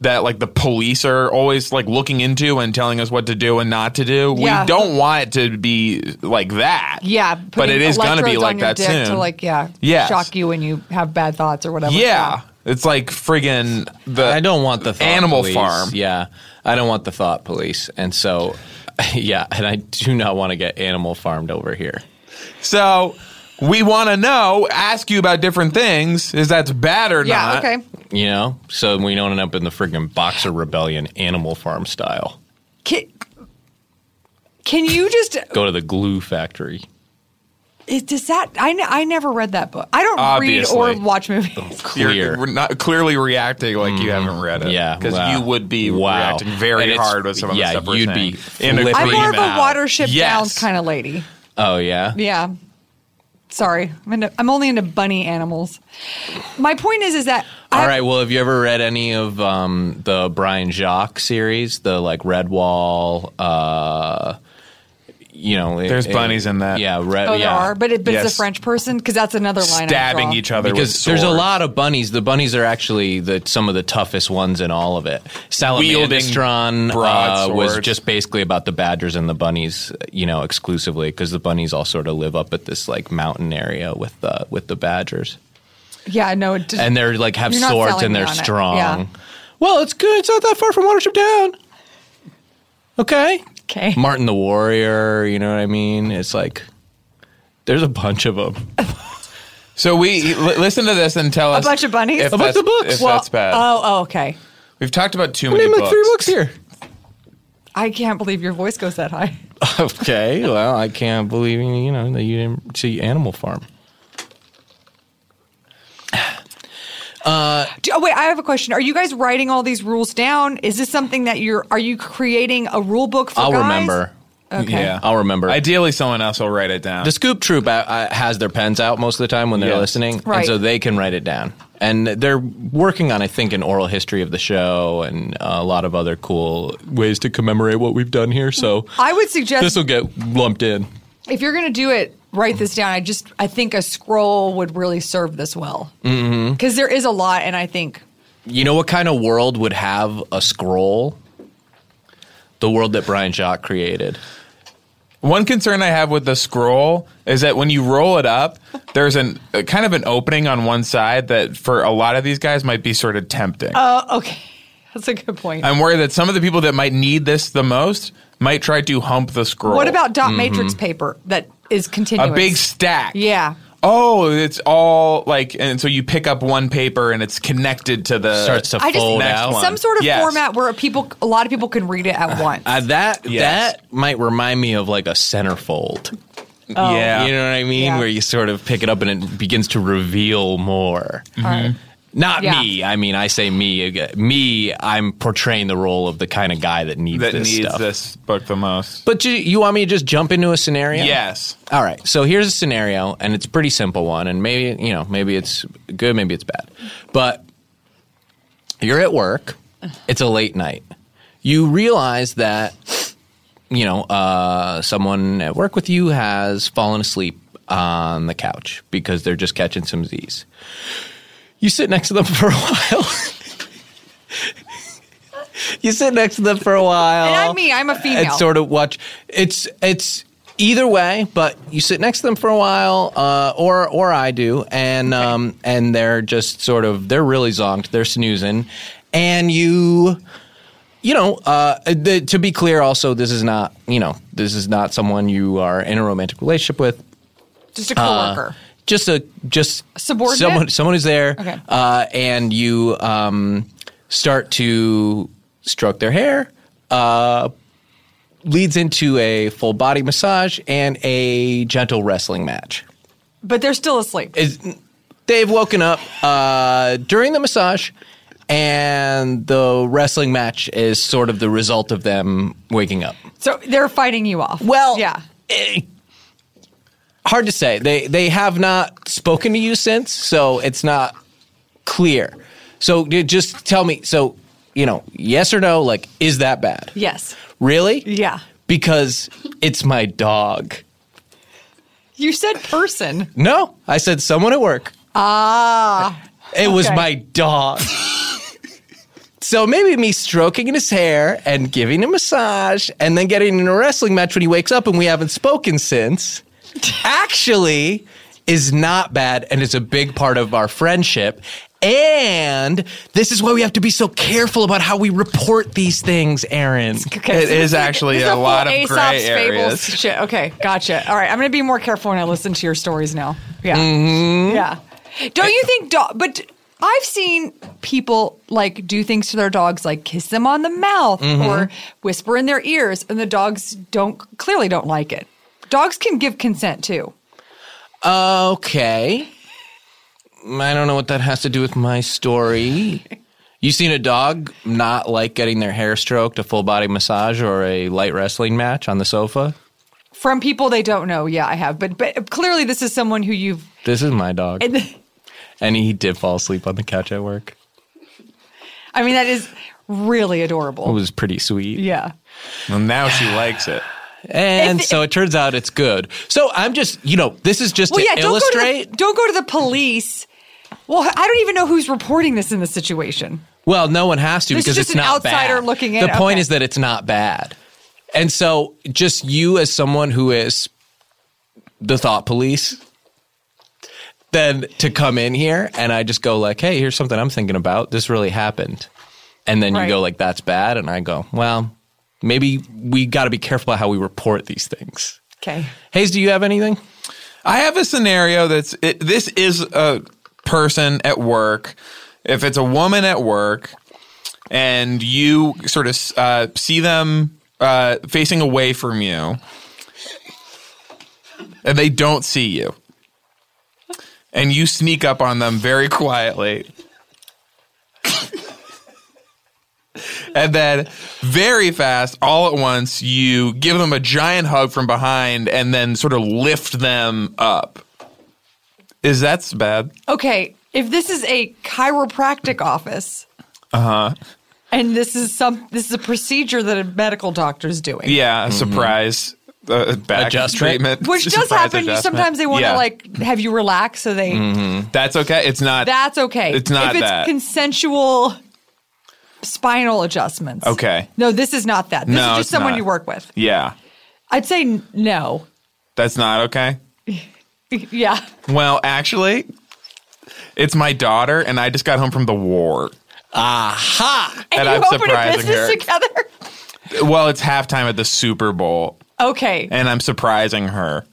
Speaker 3: that like the police are always like looking into and telling us what to do and not to do?
Speaker 4: Yeah.
Speaker 3: We don't want it to be like that.
Speaker 4: Yeah,
Speaker 3: but it
Speaker 4: putting
Speaker 3: is going to be
Speaker 4: electrodes
Speaker 3: like
Speaker 4: on your
Speaker 3: that
Speaker 4: dick
Speaker 3: soon.
Speaker 4: To like, yeah,
Speaker 3: Yes.
Speaker 4: shock you when you have bad thoughts or whatever.
Speaker 3: yeah, it's like friggin' the.
Speaker 2: I don't want the thought
Speaker 3: Animal
Speaker 2: police.
Speaker 3: Farm.
Speaker 2: Yeah, I don't want the thought police, and so <laughs> yeah, and I do not want to get Animal Farmed over here.
Speaker 3: So we want to know. Ask you about different things. Is that's bad or
Speaker 4: Yeah.
Speaker 3: not?
Speaker 4: Okay.
Speaker 2: You know, so we don't end up in the friggin' Boxer Rebellion Animal Farm style.
Speaker 4: Ki- Can you just?
Speaker 2: Go to the glue factory.
Speaker 4: Is, does that? I, ne- I never read that book. I don't read
Speaker 3: Obviously.
Speaker 4: or watch movies.
Speaker 3: You're
Speaker 2: Clear. Mm-hmm.
Speaker 3: re- not clearly reacting like you haven't read it.
Speaker 2: Yeah,
Speaker 3: because
Speaker 2: wow.
Speaker 3: you would be
Speaker 2: Wow.
Speaker 3: reacting very
Speaker 2: And it's-
Speaker 3: hard with some of
Speaker 2: yeah,
Speaker 3: the stuff we're
Speaker 2: you'd be
Speaker 3: saying. In
Speaker 2: flipping
Speaker 4: I'm more of
Speaker 3: agreement.
Speaker 4: a Watership
Speaker 3: Yes.
Speaker 4: Downs kind of lady.
Speaker 2: Oh yeah.
Speaker 4: Yeah. Sorry, I'm, into, I'm only into bunny animals. My point is, is that
Speaker 2: All
Speaker 4: I-
Speaker 2: right. Well, have you ever read any of um, the Brian Jacques series, the like Redwall? Uh, you know, it-
Speaker 3: There's
Speaker 2: it-
Speaker 3: bunnies in that.
Speaker 2: Yeah, red.
Speaker 4: Oh,
Speaker 2: yeah.
Speaker 4: there are, but, it, but it's
Speaker 3: Yes.
Speaker 4: a French person because that's another line. I
Speaker 3: stabbing
Speaker 4: draw.
Speaker 3: each other with
Speaker 2: because there's a
Speaker 3: swords.
Speaker 2: lot of bunnies. The bunnies are actually the some of the toughest ones in all of it.
Speaker 3: Wielding
Speaker 2: Salamandestron uh, was
Speaker 3: broadswords.
Speaker 2: just basically about the badgers and the bunnies, you know, exclusively because the bunnies all sort of live up at this like mountain area with the with the badgers,
Speaker 4: Yeah, no, it just,
Speaker 2: and they're like have
Speaker 4: You're not
Speaker 2: swords
Speaker 4: selling
Speaker 2: and
Speaker 4: me
Speaker 2: they're
Speaker 4: on it.
Speaker 2: strong.
Speaker 4: Yeah.
Speaker 2: Well, it's good. It's not that far from Watership Down. Okay,
Speaker 4: okay.
Speaker 2: Martin the Warrior. You know what I mean? It's like there's a bunch of them.
Speaker 3: So we l- listen to this and tell us
Speaker 4: bunch of bunnies?
Speaker 3: If
Speaker 4: A
Speaker 2: bunch
Speaker 3: that's-
Speaker 2: of books.
Speaker 3: If
Speaker 2: Well,
Speaker 3: that's bad,
Speaker 4: Oh, oh, okay.
Speaker 3: we've talked about too many
Speaker 2: Name
Speaker 3: books.
Speaker 2: like three books here.
Speaker 4: I can't believe your voice goes that high.
Speaker 2: <laughs> Okay, well, I can't believe you know that you didn't see Animal Farm.
Speaker 4: Do, oh, wait, I have a question. Are you guys writing all these rules down? Is this something that you're? Are you creating a rule book for
Speaker 2: I'll
Speaker 4: guys?
Speaker 2: remember.
Speaker 4: Okay.
Speaker 3: Yeah,
Speaker 2: I'll remember.
Speaker 3: Ideally, someone else will write it down.
Speaker 2: The Scoop Troop uh, uh, has their pens out most of the time when they're
Speaker 3: Yes.
Speaker 2: listening, and
Speaker 4: Right.
Speaker 2: so they can write it down. And they're working on, I think, an oral history of the show and uh, a lot of other cool ways to commemorate what we've done here. So
Speaker 4: I would suggest
Speaker 2: this will get lumped in.
Speaker 4: if you're going to do it, write this down. I just I think a scroll would really serve this well because
Speaker 2: Mm-hmm.
Speaker 4: there is a lot, and I think
Speaker 2: You know what kind of world would have a scroll? The world that Brian Jacques created.
Speaker 3: One concern I have with the scroll is that when you roll it up, there's an a kind of an opening on one side that for a lot of these guys might be sort of tempting.
Speaker 4: oh, okay, <laughs> that's a good point.
Speaker 3: I'm worried that some of the people that might need this the most might try to hump the scroll.
Speaker 4: what about dot matrix paper that is continuous?
Speaker 3: Mm-hmm. a big stack?
Speaker 4: yeah.
Speaker 3: Oh, it's all like, and so you pick up one paper and it's connected to the
Speaker 2: Starts to
Speaker 4: I just
Speaker 2: fold
Speaker 3: Next
Speaker 2: out.
Speaker 3: one.
Speaker 4: some sort of
Speaker 3: Yes.
Speaker 4: format where people a lot of people can read
Speaker 3: <laughs>
Speaker 4: it at once.
Speaker 2: Uh, that
Speaker 3: Yes.
Speaker 2: that might remind me of like a centerfold.
Speaker 4: Oh.
Speaker 3: yeah.
Speaker 2: You know what I mean?
Speaker 4: Yeah.
Speaker 2: Where you sort of pick it up and it begins to reveal more. Not
Speaker 4: Mm-hmm. Yeah.
Speaker 2: me. I mean, I say me. ag- Me, I'm portraying the role of the kind of guy that needs
Speaker 3: that
Speaker 2: this
Speaker 3: needs
Speaker 2: stuff.
Speaker 3: this book the most.
Speaker 2: But you, you want me to just jump into a scenario?
Speaker 3: Yes.
Speaker 2: All right. So here's a scenario, and it's a pretty simple one, and maybe you know, maybe it's good, maybe it's bad, but you're at work. It's a late night. You realize that you know uh, someone at work with you has fallen asleep on the couch because they're just catching some Z's. You sit next to them for a while. you sit next to them for a while.
Speaker 4: and I'm me. I'm a female.
Speaker 2: It's sort of watch. It's it's either way, but you sit next to them for a while, uh, or or I do, and um, and they're just sort of they're really zonked, they're snoozing, and you. You know, uh, the, to be clear, also, this is not, you know, this is not someone you are in a romantic relationship with
Speaker 4: just a coworker.
Speaker 2: Uh,
Speaker 3: uh,
Speaker 2: just a just
Speaker 4: Subordinate?
Speaker 2: someone someone who's there
Speaker 4: Okay.
Speaker 2: uh, and you um, start to stroke their hair uh, leads into a full body massage and a gentle wrestling match
Speaker 4: but they're still asleep.
Speaker 2: is they've woken up uh, during the massage and the wrestling match is sort of the result of them waking up
Speaker 4: so they're fighting you off.
Speaker 2: well,
Speaker 4: yeah.
Speaker 2: eh, hard to say. They they have not spoken to you since, so it's not clear. So d- just tell me. So you know, yes or no? Like, is that bad?
Speaker 4: Yes.
Speaker 2: Really?
Speaker 4: Yeah.
Speaker 2: Because it's my dog.
Speaker 4: You said person.
Speaker 2: No, I said someone at work.
Speaker 4: Ah.
Speaker 2: It was
Speaker 4: Okay.
Speaker 2: my dog. so maybe me stroking his hair and giving him a massage and then getting in a wrestling match when he wakes up and we haven't spoken since actually is not bad and is a big part of our friendship. And this is why we have to be so careful about how we report these things, Aaron.
Speaker 4: Okay.
Speaker 3: It is actually
Speaker 4: This
Speaker 3: a
Speaker 4: whole
Speaker 3: lot of
Speaker 4: Aesop's
Speaker 3: gray
Speaker 4: Fables
Speaker 3: areas.
Speaker 4: Shit. Okay. Gotcha. All right. I'm going to be
Speaker 3: Mm-hmm.
Speaker 4: more careful when I listen to your stories now. Yeah. Yeah. Don't you think dog? But I've seen people like do things to their dogs, like kiss them on the mouth
Speaker 3: Mm-hmm.
Speaker 4: or whisper in their ears, and the dogs don't clearly don't like it. Dogs can give consent too.
Speaker 2: Okay. I don't know what that has to do with my story. You seen a dog not like getting their hair stroked, a full body massage, or a light wrestling match on the sofa?
Speaker 4: From people they don't know, yeah, I have, but but clearly this is someone who you've. <laughs>
Speaker 2: This is my dog. And he did fall asleep on the couch at work.
Speaker 4: I mean, that is really
Speaker 2: It
Speaker 4: adorable.
Speaker 2: was pretty sweet.
Speaker 4: Yeah.
Speaker 3: Well, now she likes it.
Speaker 2: And so it turns out it's good. So I'm just, you know, this is just
Speaker 4: Well,
Speaker 2: to
Speaker 4: yeah. Don't go, to
Speaker 2: illustrate.
Speaker 4: the, don't go to the police. Well, I don't even know who's reporting this in this situation.
Speaker 2: Well, no one has to
Speaker 4: This is
Speaker 2: because
Speaker 4: just
Speaker 2: it's
Speaker 4: an
Speaker 2: not
Speaker 4: outsider
Speaker 2: bad.
Speaker 4: looking in,
Speaker 2: The point
Speaker 4: okay.
Speaker 2: is that it's not bad, and so just you as someone who is the thought police, then to come in here and I just go like, "Hey, here's something I'm thinking about. This really happened," and then
Speaker 4: Right.
Speaker 2: you go like, "That's bad," and I go, "Well, maybe we got to be careful about how we report these things."
Speaker 4: Okay.
Speaker 2: Hayes, do you have anything?
Speaker 3: I have a scenario that's it, this is a person at work. If it's a woman at work, and you sort of uh, see them uh, facing away from you, and they don't see you, and you sneak up on them very <laughs> quietly. And then, very fast, all at once, you give them a giant hug from behind and then sort of lift them up. Is that's bad?
Speaker 4: Okay, if this is a chiropractic office, uh huh,
Speaker 3: Uh-huh.
Speaker 4: and this is some this is a procedure that a medical doctor is doing,
Speaker 3: Yeah, surprise. Uh, back
Speaker 2: Mm-hmm. Adjustment.
Speaker 3: treatment. <laughs>
Speaker 4: which does
Speaker 3: Surprise
Speaker 4: happen. You
Speaker 3: adjustment.
Speaker 4: sometimes they want to
Speaker 3: Yeah.
Speaker 4: like have you relax, so they
Speaker 3: That's okay. It's not.
Speaker 4: that's okay.
Speaker 3: It's not
Speaker 4: if it's
Speaker 3: that.
Speaker 4: consensual spinal adjustments.
Speaker 3: Okay.
Speaker 4: no, this is not that. This
Speaker 3: No,
Speaker 4: is
Speaker 3: it's
Speaker 4: just someone
Speaker 3: not.
Speaker 4: you work with.
Speaker 3: yeah,
Speaker 4: I'd say n- no. <laughs>
Speaker 3: that's not okay.
Speaker 4: Yeah,
Speaker 3: Well, actually, it's my daughter, and I just got home from the war.
Speaker 2: Aha!
Speaker 3: And,
Speaker 4: you
Speaker 3: I'm
Speaker 4: open a
Speaker 3: surprising
Speaker 4: business
Speaker 3: her.
Speaker 4: together. <laughs>
Speaker 3: Well, it's halftime at the Super Bowl,
Speaker 4: Okay,
Speaker 3: and I'm surprising her.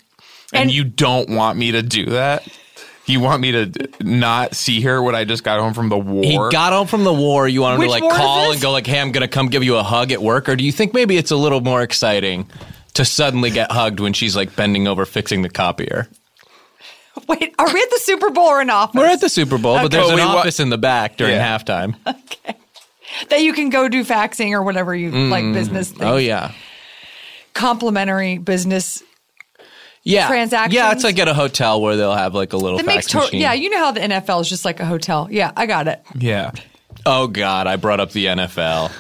Speaker 3: And,
Speaker 4: And-
Speaker 3: you don't want me to do that? You want me to d- not see her when I just got home from the war?
Speaker 2: He got home from the war. You want him
Speaker 4: Which
Speaker 2: to like
Speaker 4: war is
Speaker 2: call
Speaker 4: this?
Speaker 2: and go like, "Hey, I'm gonna come give you a hug at work," or do you think maybe it's a little more exciting to suddenly get hugged when she's like bending over fixing the copier?
Speaker 4: wait, are we at the Super Bowl or an office
Speaker 2: We're at the Super Bowl, but there's
Speaker 3: But
Speaker 2: an
Speaker 3: we wa-
Speaker 2: office in the back during
Speaker 3: Yeah.
Speaker 2: halftime.
Speaker 4: that you can go do faxing or whatever you like business? Thing.
Speaker 2: Oh yeah,
Speaker 4: complimentary business
Speaker 2: yeah, Yeah,
Speaker 4: Transactions?
Speaker 2: it's like at a hotel where they'll have like a little
Speaker 4: that
Speaker 2: fax
Speaker 4: makes total.
Speaker 2: machine.
Speaker 4: Yeah, you know how the NFL is just like a hotel. Yeah, I got it.
Speaker 3: yeah.
Speaker 2: oh God, I brought up the NFL.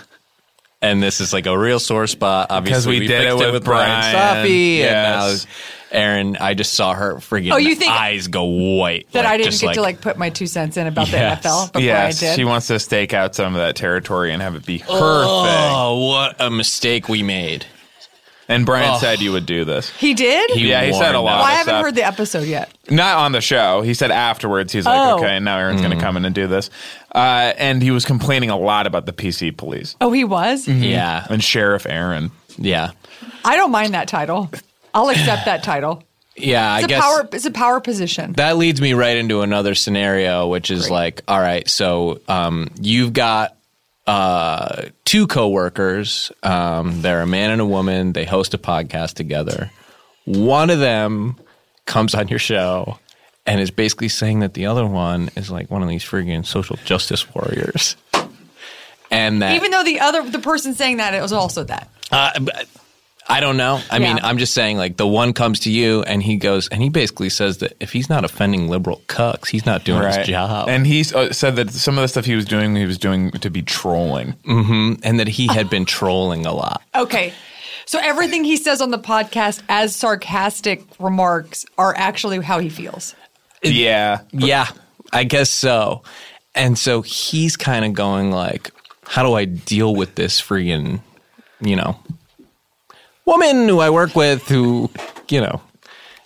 Speaker 2: And this is like a real sore spot. Obviously,
Speaker 3: we did
Speaker 2: fixed
Speaker 3: it with
Speaker 2: Brian
Speaker 3: Brian.
Speaker 2: Safi,
Speaker 3: Yes.
Speaker 2: and now Aaron. I just saw her freaking
Speaker 4: Oh, you think-
Speaker 2: eyes go white.
Speaker 4: That
Speaker 2: like,
Speaker 4: I didn't
Speaker 2: just
Speaker 4: get to like put my two cents in about
Speaker 2: Yes.
Speaker 4: the NFL, but
Speaker 3: yes,
Speaker 4: Brian did.
Speaker 3: she wants to stake out some of that territory and have it be her thing.
Speaker 2: Oh, what a mistake we made.
Speaker 3: And Brian
Speaker 2: Oh.
Speaker 3: said you would do this.
Speaker 4: he did.
Speaker 2: He
Speaker 3: Yeah, he said
Speaker 2: warned
Speaker 3: a lot.
Speaker 4: well, I
Speaker 2: us.
Speaker 4: haven't
Speaker 3: stuff.
Speaker 4: heard the
Speaker 2: <laughs>
Speaker 4: episode yet.
Speaker 3: Not on the show. He said afterwards, he's like,
Speaker 4: Oh.
Speaker 3: okay, and now Aaron's
Speaker 2: Mm-hmm.
Speaker 3: going to come in and do this. Uh, and he was complaining a lot about the PC police
Speaker 4: Oh, he was.
Speaker 2: Mm-hmm. Yeah,
Speaker 3: and Sheriff Aaron.
Speaker 2: yeah,
Speaker 4: I don't mind that title. I'll accept that title.
Speaker 2: yeah. I
Speaker 4: It's a
Speaker 2: guess
Speaker 4: power. It's a power position.
Speaker 2: that leads me right into another scenario, which is like, all right, so um, you've got uh, two coworkers. Um, they're a man and a woman. They host a podcast together. One of them comes on your show and is basically saying that the other one is like one of these friggin' social justice warriors, and that
Speaker 4: Even though the other the person saying that it was also that.
Speaker 2: Uh, b- I don't know. I mean,
Speaker 4: Yeah.
Speaker 2: I'm just saying, like, the one comes to you and he goes, and he basically says that if he's not offending liberal cucks, he's not doing his job. And,
Speaker 3: And he uh, said that some of the stuff he was doing, he was doing to be trolling.
Speaker 2: Mm. that he had been trolling a lot.
Speaker 4: Okay. So everything he says on the podcast as sarcastic remarks are actually how he feels.
Speaker 3: Yeah.
Speaker 2: yeah, I guess so. And so he's kind of going, like, how do I deal with this friggin', you know, woman who I work with who, you know,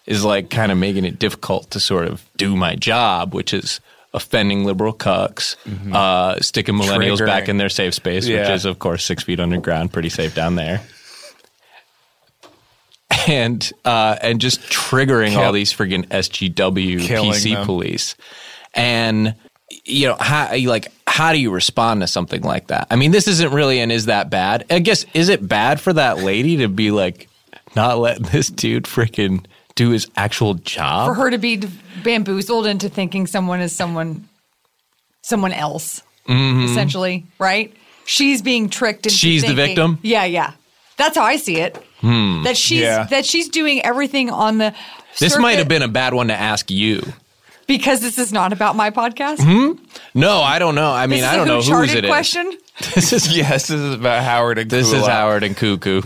Speaker 2: is like kind of making it difficult to sort of do my job, which is offending liberal cucks, uh, sticking millennials
Speaker 3: Mm-hmm. Triggering.
Speaker 2: back in their safe space,
Speaker 3: Yeah.
Speaker 2: which is, of course, six feet underground, pretty safe down there. And uh, and just triggering all
Speaker 3: Kill-
Speaker 2: these friggin' SGW
Speaker 3: Killing
Speaker 2: PC
Speaker 3: them.
Speaker 2: police, and you know how you like how do you respond to something like that? I mean, this isn't really an is that bad? I guess is it bad for that lady to be like not letting <laughs> this dude freaking do his actual job?
Speaker 4: for her to be d- bamboozled into thinking someone is someone someone else essentially right she's being tricked into
Speaker 2: Mm-hmm. She's the
Speaker 4: thinking-
Speaker 2: victim? Hmm.
Speaker 4: yeah yeah that's how i see it that she's
Speaker 3: Yeah.
Speaker 4: that she's doing everything on the
Speaker 2: this might have
Speaker 4: circuit
Speaker 2: been a bad one to ask you.
Speaker 4: because this is not about my podcast
Speaker 2: No, Hmm. I don't know. I mean,
Speaker 4: this is
Speaker 2: I
Speaker 4: a
Speaker 2: don't
Speaker 4: who
Speaker 2: know whose
Speaker 4: charted
Speaker 2: it is.
Speaker 4: question
Speaker 2: <laughs> This is
Speaker 3: Yes, this is about Howard and
Speaker 2: this is
Speaker 3: Kulak.
Speaker 2: Howard and Cuckoo.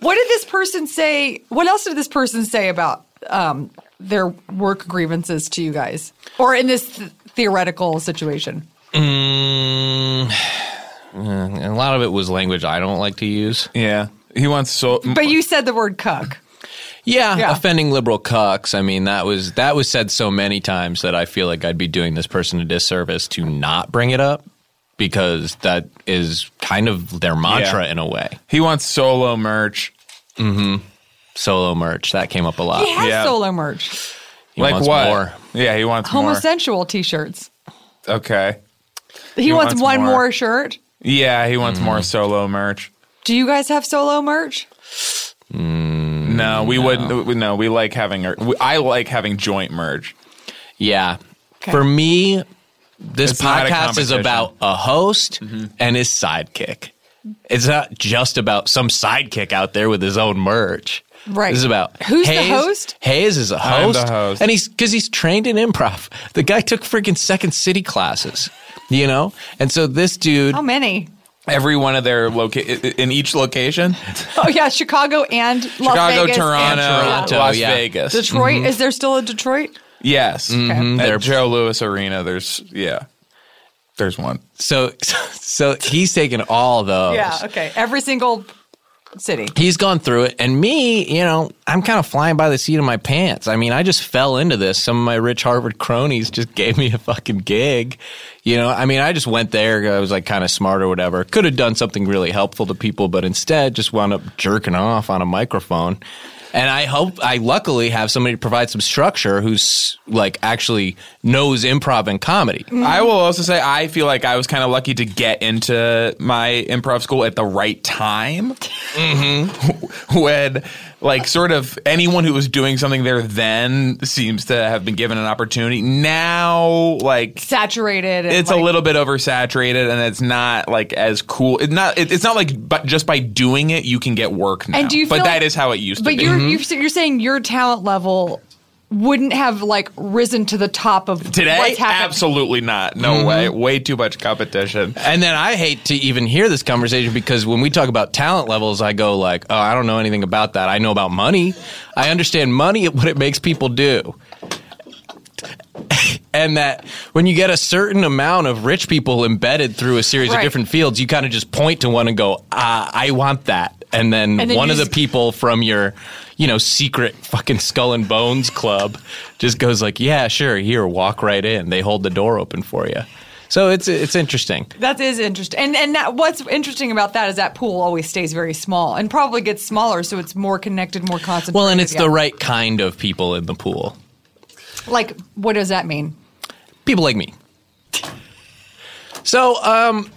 Speaker 4: what did this person say what else did this person say about um their work grievances to you guys or in this th- theoretical situation
Speaker 2: Mm, <sighs> uh, a lot of it was language I don't like to use.
Speaker 3: Yeah, he wants so.
Speaker 4: but you said the word cuck
Speaker 2: Yeah,
Speaker 4: Yeah.
Speaker 2: offending liberal cucks. I mean, that was that was said so many times that I feel like I'd be doing this person a disservice to not bring it up because that is kind of their mantra
Speaker 3: Yeah.
Speaker 2: in a way.
Speaker 3: he wants solo merch.
Speaker 2: Solo merch that came up a lot.
Speaker 4: he has
Speaker 3: yeah.
Speaker 4: solo merch
Speaker 2: He
Speaker 3: like
Speaker 2: wants
Speaker 3: what?
Speaker 2: more.
Speaker 3: Yeah, he wants
Speaker 4: homosexual t-shirts.
Speaker 3: more. Okay.
Speaker 4: He,
Speaker 3: He
Speaker 4: wants,
Speaker 3: wants
Speaker 4: one
Speaker 3: more.
Speaker 4: more. shirt.
Speaker 3: Yeah, he wants more solo merch.
Speaker 4: Do you guys have solo merch?
Speaker 3: No, we wouldn't. we- No, we like having. our- we- I like having joint merch.
Speaker 2: Yeah.
Speaker 4: Okay.
Speaker 2: For me, this
Speaker 3: It's not a
Speaker 2: podcast is
Speaker 3: competition. Mm-hmm.
Speaker 2: about a host and his sidekick. It's not just about some sidekick out there with his own merch.
Speaker 4: Right.
Speaker 2: This is about
Speaker 4: Who's the
Speaker 2: Hayes.
Speaker 4: host?
Speaker 2: Hayes is a
Speaker 3: I'm
Speaker 2: host,
Speaker 3: the host.
Speaker 2: and he's because he's trained in improv. The guy took freaking second city classes, you know. And so this dude,
Speaker 4: How many?
Speaker 3: Every one of their loca- in each location.
Speaker 4: Oh yeah, Chicago and Las
Speaker 3: Chicago,
Speaker 4: Vegas.
Speaker 3: Toronto, Mm-hmm.
Speaker 4: and
Speaker 2: Toronto,
Speaker 3: Las
Speaker 2: yeah.
Speaker 3: Vegas.
Speaker 4: Detroit. Is there still a Detroit?
Speaker 3: yes,
Speaker 2: They're-
Speaker 3: at Joe Louis Arena. There's yeah, there's one.
Speaker 2: so <laughs> so he's taken all those.
Speaker 4: Yeah. Okay. Every single city.
Speaker 2: he's gone through it and me you know i'm kind of flying by the seat of my pants i mean i just fell into this some of my rich harvard cronies just <laughs> gave me a fucking gig you know i mean i just went there i was like kind of smart or whatever could have done something really helpful to people but instead just wound up jerking off on a microphone and i hope i luckily have somebody to provide some structure who's like actually knows improv and comedy
Speaker 3: I will also say I feel like I was kind of lucky to get into my improv school at the right time. <laughs> when like sort of anyone who was doing something there then seems to have been given an opportunity. Now like
Speaker 4: Saturated. And
Speaker 3: it's
Speaker 4: like,
Speaker 3: a little bit oversaturated and it's not like as cool. It's not it, it's not like but just by doing it you can get work now.
Speaker 4: And do you
Speaker 3: but
Speaker 4: feel
Speaker 3: that
Speaker 4: like-
Speaker 3: is how it used
Speaker 4: But
Speaker 3: to be. Mm-hmm.
Speaker 4: you're, you're you're saying your talent level wouldn't have like risen to the top of
Speaker 3: Today,
Speaker 4: What's happened.
Speaker 3: absolutely not. No way. Way too much competition.
Speaker 2: And then I hate to even hear this conversation because when we talk about talent levels, I go like, "Oh, I don't know anything about that. I know about money. I understand money <laughs> and what it makes people do." <laughs> and that when you get a certain amount of rich people embedded through a series of
Speaker 4: Right.
Speaker 2: different fields, you kind of just point to one and go, ah, "I want that." And then,
Speaker 4: And then
Speaker 2: one
Speaker 4: you
Speaker 2: of the
Speaker 4: just-
Speaker 2: people from your, you know, secret fucking skull and bones club just goes like, "Yeah, sure, here, walk right in." They hold the door open for you. So it's it's interesting.
Speaker 4: That is interesting, and and that, what's interesting about that is that pool always stays very small, and probably gets smaller, so it's more connected, more concentrated.
Speaker 2: Well, and it's the
Speaker 4: yeah.
Speaker 2: right kind of people in the pool.
Speaker 4: like. What does that mean?
Speaker 2: People like me. So, um,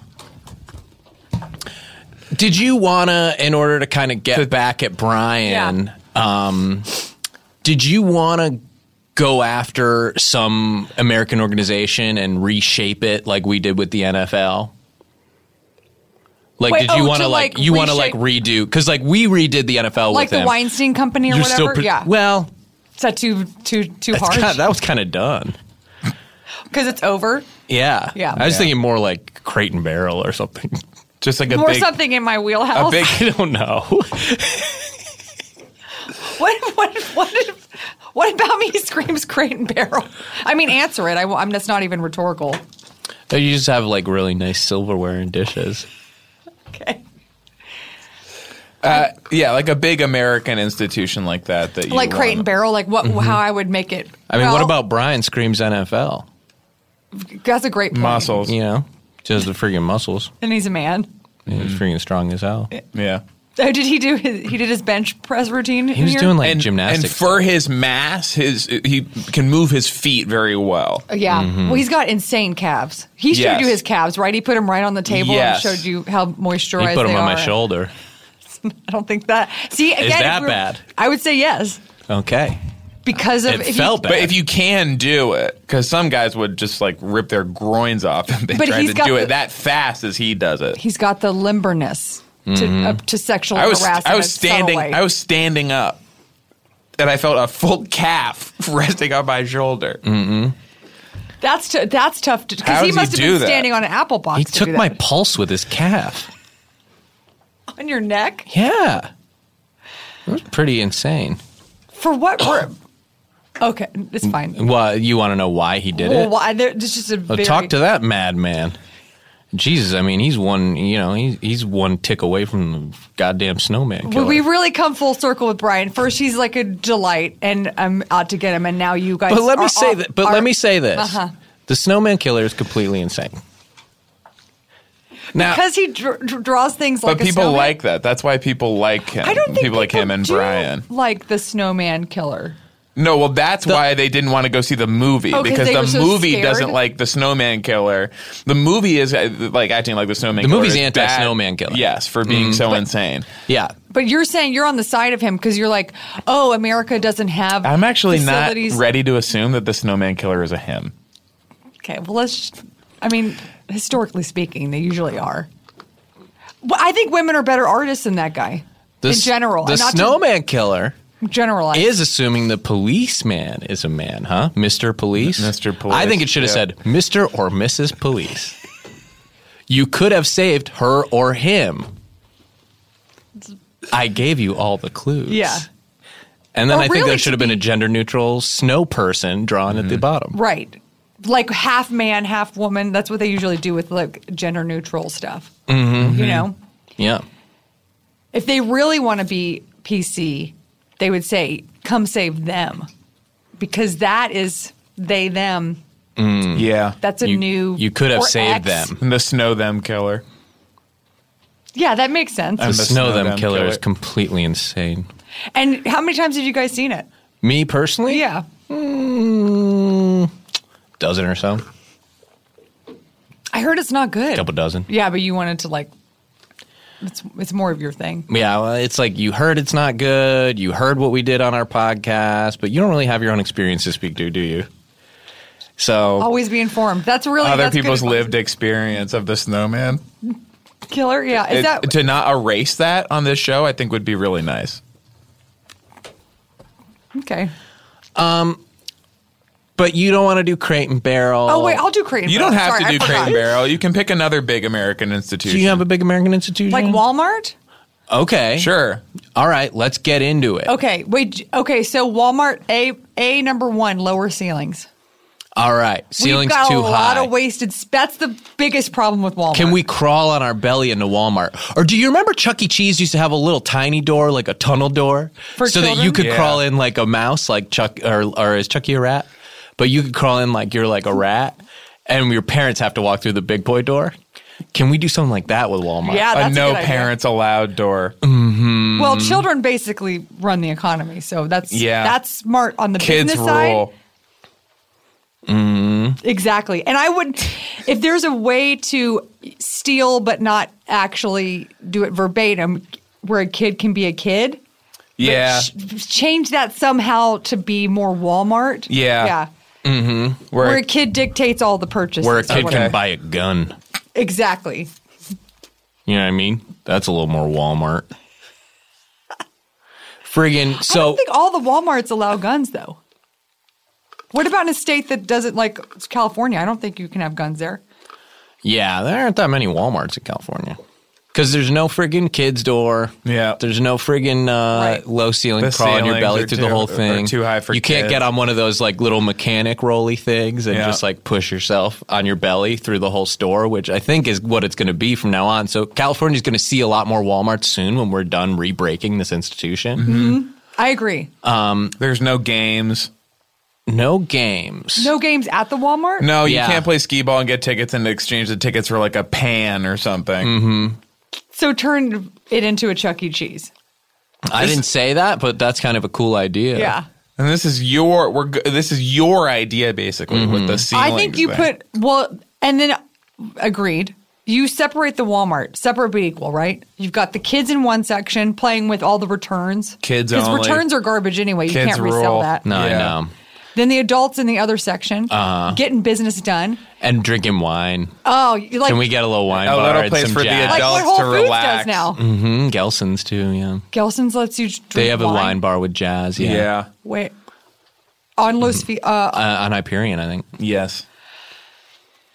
Speaker 2: did you wanna, in order to kind of get back at Brian, um, did you wanna go after some American organization and reshape it like we did with the NFL? Like,
Speaker 4: Wait,
Speaker 2: did you
Speaker 4: oh,
Speaker 2: want to
Speaker 4: to,
Speaker 2: like,
Speaker 4: like,
Speaker 2: you want to like
Speaker 4: reshape-
Speaker 2: redo? Because like we redid the NFL
Speaker 4: Like
Speaker 2: with
Speaker 4: the
Speaker 2: him.
Speaker 4: Weinstein Company or
Speaker 2: You're
Speaker 4: whatever.
Speaker 2: still pre-
Speaker 4: yeah,
Speaker 2: well.
Speaker 4: is that too too too
Speaker 2: that's
Speaker 4: harsh?
Speaker 2: kinda- that was kind of done.
Speaker 4: Because it's over,
Speaker 2: Yeah.
Speaker 4: Yeah.
Speaker 2: I was
Speaker 4: Yeah.
Speaker 2: thinking more like Crate and Barrel or something. <laughs>
Speaker 3: Just like a
Speaker 4: more
Speaker 3: big
Speaker 4: something in my wheelhouse.
Speaker 3: a big
Speaker 2: I don't <laughs> know.
Speaker 4: <laughs> what what what? What about me <laughs> screams crate and barrel? I mean, answer it. I, am That's not even rhetorical.
Speaker 2: you just have like really nice silverware and dishes.
Speaker 4: Okay.
Speaker 3: Uh, yeah, like a big American institution like that. That you
Speaker 4: Like crate
Speaker 3: wanna-
Speaker 4: and barrel. Like what? How I would make it.
Speaker 2: Mm-hmm. I mean, what
Speaker 4: well,
Speaker 2: about Brian screams NFL?
Speaker 4: That's a great point.
Speaker 3: muscles.
Speaker 2: You know, just the freaking muscles.
Speaker 4: And he's a man. <laughs>
Speaker 2: Mm-hmm. He's freaking strong as hell.
Speaker 3: Yeah.
Speaker 4: Oh, did he do his? He did his bench press routine.
Speaker 2: He was doing like
Speaker 3: and,
Speaker 2: gymnastics.
Speaker 3: and for his mass, his he can move his feet very well.
Speaker 4: Oh, Yeah.
Speaker 2: Mm-hmm.
Speaker 4: Well, he's got insane calves. He showed
Speaker 3: Yes.
Speaker 4: you his calves, right? He put them right on the table
Speaker 3: Yes.
Speaker 4: and showed you how moisturized
Speaker 2: he put
Speaker 4: they
Speaker 2: him on my
Speaker 4: are.
Speaker 2: shoulder.
Speaker 4: I don't think that. See, again, if
Speaker 2: that
Speaker 4: we were-
Speaker 2: bad?
Speaker 4: I would say yes
Speaker 2: Okay.
Speaker 4: because of
Speaker 2: It
Speaker 4: if you-
Speaker 2: felt bad.
Speaker 3: But if you can do it, because some guys would just like rip their groins off <laughs> if they
Speaker 4: But
Speaker 3: tried
Speaker 4: he's
Speaker 3: to
Speaker 4: got
Speaker 3: do it
Speaker 4: the-
Speaker 3: that fast as he does it.
Speaker 4: he's got the limberness
Speaker 2: Mm-hmm.
Speaker 4: to, up to sexual
Speaker 3: I was
Speaker 4: harassment.
Speaker 3: I was
Speaker 4: in a subtle
Speaker 3: standing
Speaker 4: way.
Speaker 3: I was standing up, and I felt a full calf <laughs> resting on my shoulder.
Speaker 2: Mm.
Speaker 4: that's t- that's tough
Speaker 3: How
Speaker 4: because he
Speaker 3: does he
Speaker 4: must
Speaker 3: do
Speaker 4: have been
Speaker 3: that?
Speaker 4: standing on an apple box.
Speaker 2: he
Speaker 4: to
Speaker 2: took
Speaker 4: do
Speaker 2: my
Speaker 4: that.
Speaker 2: pulse with his calf.
Speaker 4: on your neck
Speaker 2: Yeah. It was pretty insane.
Speaker 4: for what? were- okay, it's fine.
Speaker 2: Well, you want to know why he did
Speaker 4: Well,
Speaker 2: it?
Speaker 4: why? There, this is a
Speaker 2: Well,
Speaker 4: very,
Speaker 2: Oh, talk to that madman. Jesus, I mean, he's one. You know, he's he's one tick away from the goddamn snowman killer.
Speaker 4: Well, we really come full circle with Brian. First, he's like a delight, and I'm out to get him. And now you guys.
Speaker 2: but let me
Speaker 4: are
Speaker 2: say
Speaker 4: all-
Speaker 2: that. But
Speaker 4: are-
Speaker 2: let me say this:
Speaker 4: Uh-huh.
Speaker 2: the snowman killer is completely insane. Now,
Speaker 4: because he dr- dr- draws things like.
Speaker 3: But
Speaker 4: a
Speaker 3: people
Speaker 4: snowman.
Speaker 3: like that. That's why people like him.
Speaker 4: I don't think
Speaker 3: people like him and
Speaker 4: do
Speaker 3: Brian.
Speaker 4: like the snowman killer.
Speaker 3: No, well, that's why they didn't want to go see the movie
Speaker 4: Oh, 'cause
Speaker 3: because
Speaker 4: they
Speaker 3: the
Speaker 4: were so
Speaker 3: movie
Speaker 4: scared?
Speaker 3: doesn't like the snowman killer. The movie is uh, like acting like the snowman.
Speaker 2: The
Speaker 3: killer
Speaker 2: movie's
Speaker 3: is bad-
Speaker 2: anti-snowman killer. Mm-hmm.
Speaker 3: Yes, for being so insane.
Speaker 2: yeah,
Speaker 4: But you're saying you're on the side of him because you're like, oh, America doesn't have.
Speaker 3: I'm actually not
Speaker 4: facilities.
Speaker 3: ready to assume that the snowman killer is a him.
Speaker 4: Okay, well let's. I mean, historically speaking, they usually are. Well, I think women are better artists than that guy.
Speaker 2: the,
Speaker 4: in
Speaker 2: s-
Speaker 4: general,
Speaker 2: the
Speaker 4: and not to
Speaker 2: snowman killer
Speaker 4: generalize.
Speaker 2: is assuming the policeman is a man, huh, Mister Police?
Speaker 3: Mr. Police,
Speaker 2: I think it should have
Speaker 3: yeah.
Speaker 2: said Mister or Mrs. Police. you could have saved her or him. I gave you all the clues.
Speaker 4: Yeah.
Speaker 2: And then
Speaker 4: Or
Speaker 2: I think
Speaker 4: really
Speaker 2: there
Speaker 4: to
Speaker 2: should have been a
Speaker 4: be- Mm-hmm.
Speaker 2: gender neutral snow person drawn at the bottom.
Speaker 4: Right. Like half man, half woman. That's what they usually do with like gender neutral stuff.
Speaker 2: Mm-hmm.
Speaker 4: You know,
Speaker 2: Yeah.
Speaker 4: if they really want to be PC, they would say, come save them because that is they, them.
Speaker 2: Mm.
Speaker 3: Yeah,
Speaker 4: That's a
Speaker 2: You-
Speaker 4: new.
Speaker 2: you could have
Speaker 4: or
Speaker 2: saved
Speaker 4: X.
Speaker 2: them.
Speaker 3: the snow them killer.
Speaker 4: Yeah, that makes sense.
Speaker 2: The
Speaker 3: And the
Speaker 2: snow
Speaker 3: snow
Speaker 2: them,
Speaker 3: them
Speaker 2: killer,
Speaker 3: killer.
Speaker 2: is completely insane.
Speaker 4: and how many times have you guys seen it?
Speaker 2: Me personally?
Speaker 4: Yeah.
Speaker 2: Mm, dozen or so.
Speaker 4: I heard it's not good.
Speaker 2: Couple dozen.
Speaker 4: Yeah, but you wanted to like, it's, it's more of your thing.
Speaker 2: Yeah, well, it's like you heard it's not good. You heard what we did on our podcast, but you don't really have your own experience to speak to, do you? So
Speaker 4: Always be informed. That's really
Speaker 3: Other
Speaker 4: Oh, that's good
Speaker 3: people's
Speaker 4: advice.
Speaker 3: lived experience of the snowman.
Speaker 4: killer. Yeah, is
Speaker 3: It-
Speaker 4: that
Speaker 3: to not erase that on this show, I think would be really nice.
Speaker 4: okay?
Speaker 2: but you don't want to do crate and barrel.
Speaker 4: Oh wait, I'll do Crate. and
Speaker 3: You
Speaker 4: Barrel.
Speaker 3: don't have
Speaker 4: Sorry,
Speaker 3: to
Speaker 4: I
Speaker 3: do Crate
Speaker 4: forgot.
Speaker 3: and Barrel. You can pick another big American
Speaker 2: do
Speaker 3: institution.
Speaker 2: you have a big American institution?
Speaker 4: Like Walmart?
Speaker 2: Okay.
Speaker 3: sure.
Speaker 2: All right, let's get into it.
Speaker 4: Okay, wait. j- Okay, so Walmart a a number one lower ceilings.
Speaker 2: All right. Ceiling's
Speaker 4: We've got
Speaker 2: too
Speaker 4: a lot
Speaker 2: high.
Speaker 4: of wasted. s- That's the biggest problem with Walmart.
Speaker 2: Can we crawl on our belly into Walmart? Or do you remember Chuck E. Cheese used to have a little tiny door, like a tunnel door,
Speaker 4: For
Speaker 2: so that
Speaker 4: children?
Speaker 2: you could
Speaker 3: Yeah.
Speaker 2: crawl in like a mouse, like Chuck, or or is Chucky a rat? But you could crawl in like you're like a rat, and your parents have to walk through the big boy door. Can we do something like that with Walmart?
Speaker 4: Yeah, that's
Speaker 3: a
Speaker 4: a
Speaker 3: no
Speaker 4: good idea.
Speaker 3: parents allowed door.
Speaker 4: Well, children basically run the economy, so that's
Speaker 3: Mm. Yeah.
Speaker 4: that's smart on the
Speaker 3: Kids
Speaker 4: business
Speaker 3: rule.
Speaker 4: side. Exactly. And I would, if there's a way to steal but not actually do it verbatim, where a kid can be a kid,
Speaker 3: Yeah.
Speaker 4: sh- change that somehow to be more Walmart.
Speaker 3: Yeah.
Speaker 4: yeah.
Speaker 3: Where-
Speaker 4: Where a kid dictates all the purchases.
Speaker 2: where a kid
Speaker 3: Okay.
Speaker 2: can buy a gun.
Speaker 4: Exactly.
Speaker 2: You know what I mean? That's a little more Walmart. Friggin'
Speaker 4: I
Speaker 2: so
Speaker 4: don't think all the Walmarts allow guns, though. What about in a state that doesn't like California? I don't think you can have guns there.
Speaker 2: Yeah, there aren't that many Walmarts in California. Because there's no friggin' kids' door.
Speaker 3: Yeah.
Speaker 2: There's no friggin' uh,
Speaker 4: Right.
Speaker 2: low ceiling
Speaker 3: The
Speaker 2: crawl on your
Speaker 3: ceilings
Speaker 2: belly
Speaker 3: are
Speaker 2: through the
Speaker 3: too-
Speaker 2: whole
Speaker 3: are
Speaker 2: thing.
Speaker 3: too high for
Speaker 2: You can't
Speaker 3: kids.
Speaker 2: get on one of those like little mechanic rolly things and
Speaker 3: Yeah.
Speaker 2: just like push yourself on your belly through the whole store, which I think is what it's going to be from now on. So California's going to see a lot more Walmarts soon when we're done re-breaking this institution.
Speaker 3: Mm-hmm.
Speaker 4: I agree.
Speaker 3: There's no games.
Speaker 2: No games.
Speaker 4: no games at the Walmart.
Speaker 3: No, you
Speaker 2: Yeah.
Speaker 3: Mm-hmm. can't play skee ball and get tickets and exchange the tickets for like a pan or something.
Speaker 4: So turn it into a Chuck E. Cheese.
Speaker 2: I didn't say that, but that's kind of a cool idea.
Speaker 4: Yeah.
Speaker 3: And this is your we're g- this is your idea basically with the ceiling.
Speaker 4: Mm-hmm. I think you put well, and then agreed. You separate the Walmart, separate but equal, right? You've got the kids in one section playing with all the returns.
Speaker 3: Kids
Speaker 4: because
Speaker 3: only.
Speaker 4: returns are garbage anyway. You
Speaker 3: Kids
Speaker 4: can't resell
Speaker 3: rule.
Speaker 4: that.
Speaker 2: No,
Speaker 3: Yeah.
Speaker 2: I know.
Speaker 4: Then the adults in the other section
Speaker 3: Uh-huh.
Speaker 4: getting business done.
Speaker 2: And drinking wine.
Speaker 4: Oh, you like
Speaker 2: Can we get a little wine
Speaker 3: A
Speaker 2: bar
Speaker 3: little
Speaker 2: and
Speaker 3: place
Speaker 2: some
Speaker 3: for the
Speaker 2: Jack?
Speaker 4: like
Speaker 3: adults
Speaker 4: what Whole
Speaker 3: to
Speaker 4: Foods
Speaker 3: relax? Mm.
Speaker 4: does now?
Speaker 2: Mhm, Gelson's too. Yeah,
Speaker 4: Gelson's lets you. Drink
Speaker 2: they have a wine bar with jazz. Yeah,
Speaker 3: yeah.
Speaker 4: Wait, on
Speaker 3: Mm-hmm.
Speaker 4: Los Fe- uh,
Speaker 2: Uh, on Hyperion, I think.
Speaker 3: Yes.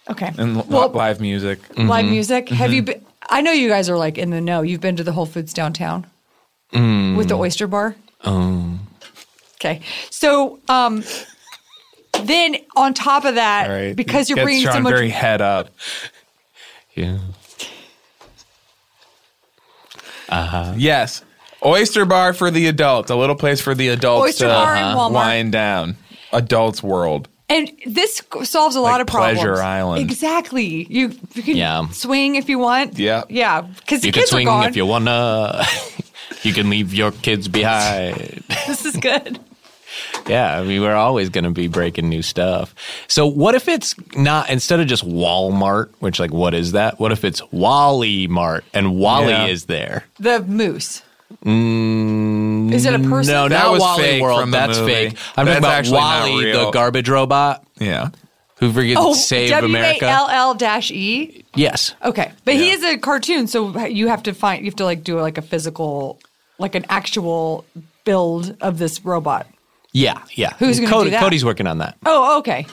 Speaker 4: okay,
Speaker 3: And li-
Speaker 4: Well,
Speaker 3: live music.
Speaker 4: live music. Have you
Speaker 3: Mm-hmm.
Speaker 4: been? I know you guys are like in the know. You've been to the Whole Foods downtown
Speaker 3: Mm.
Speaker 4: with the oyster bar. Oh.
Speaker 3: Um.
Speaker 4: Okay. So um, then on top of that,
Speaker 3: All right.
Speaker 4: because you're
Speaker 3: Gets
Speaker 4: bringing
Speaker 3: Sean
Speaker 4: so much,
Speaker 3: very head up.
Speaker 2: Yeah.
Speaker 3: Yes. Oyster bar for the adults. A little place for the adults
Speaker 4: Oyster
Speaker 3: to uh-huh,
Speaker 4: bar and Walmart.
Speaker 3: wind down. Adults world.
Speaker 4: and this solves a lot of problems.
Speaker 3: Pleasure Island.
Speaker 4: Exactly. You, you can
Speaker 2: Yeah.
Speaker 4: swing if you want.
Speaker 3: Yeah.
Speaker 4: Yeah. Because the
Speaker 2: You can
Speaker 4: kids
Speaker 2: swing
Speaker 4: are gone. <laughs>
Speaker 2: if you wanna. <laughs> you can leave your kids behind.
Speaker 4: This is good.
Speaker 2: Yeah, I mean, we're always going to be breaking new stuff. So, what if it's not instead of just Walmart, which like what is that? What if it's Wally Mart and Wally
Speaker 3: Yeah.
Speaker 2: is there?
Speaker 4: The moose. is it a person?
Speaker 2: No,
Speaker 3: Mm, That
Speaker 2: not
Speaker 3: was
Speaker 2: Wally
Speaker 3: fake
Speaker 2: World.
Speaker 3: from the
Speaker 2: That's
Speaker 3: movie.
Speaker 2: fake. I'm
Speaker 3: That's
Speaker 2: talking
Speaker 3: actually
Speaker 2: about
Speaker 3: not
Speaker 2: Wally, the
Speaker 3: real.
Speaker 2: garbage robot
Speaker 3: Yeah.
Speaker 2: who forgets
Speaker 4: Oh,
Speaker 2: to save
Speaker 4: W A
Speaker 2: America.
Speaker 4: L L dash E.
Speaker 2: yes.
Speaker 4: Okay, but he
Speaker 3: Yeah.
Speaker 4: is a cartoon, so you have to find you have to like do like a physical, like an actual build of this robot.
Speaker 2: Yeah. Yeah.
Speaker 4: Who's gonna
Speaker 2: Cody,
Speaker 4: do that?
Speaker 2: Cody's working on that.
Speaker 4: Oh, okay.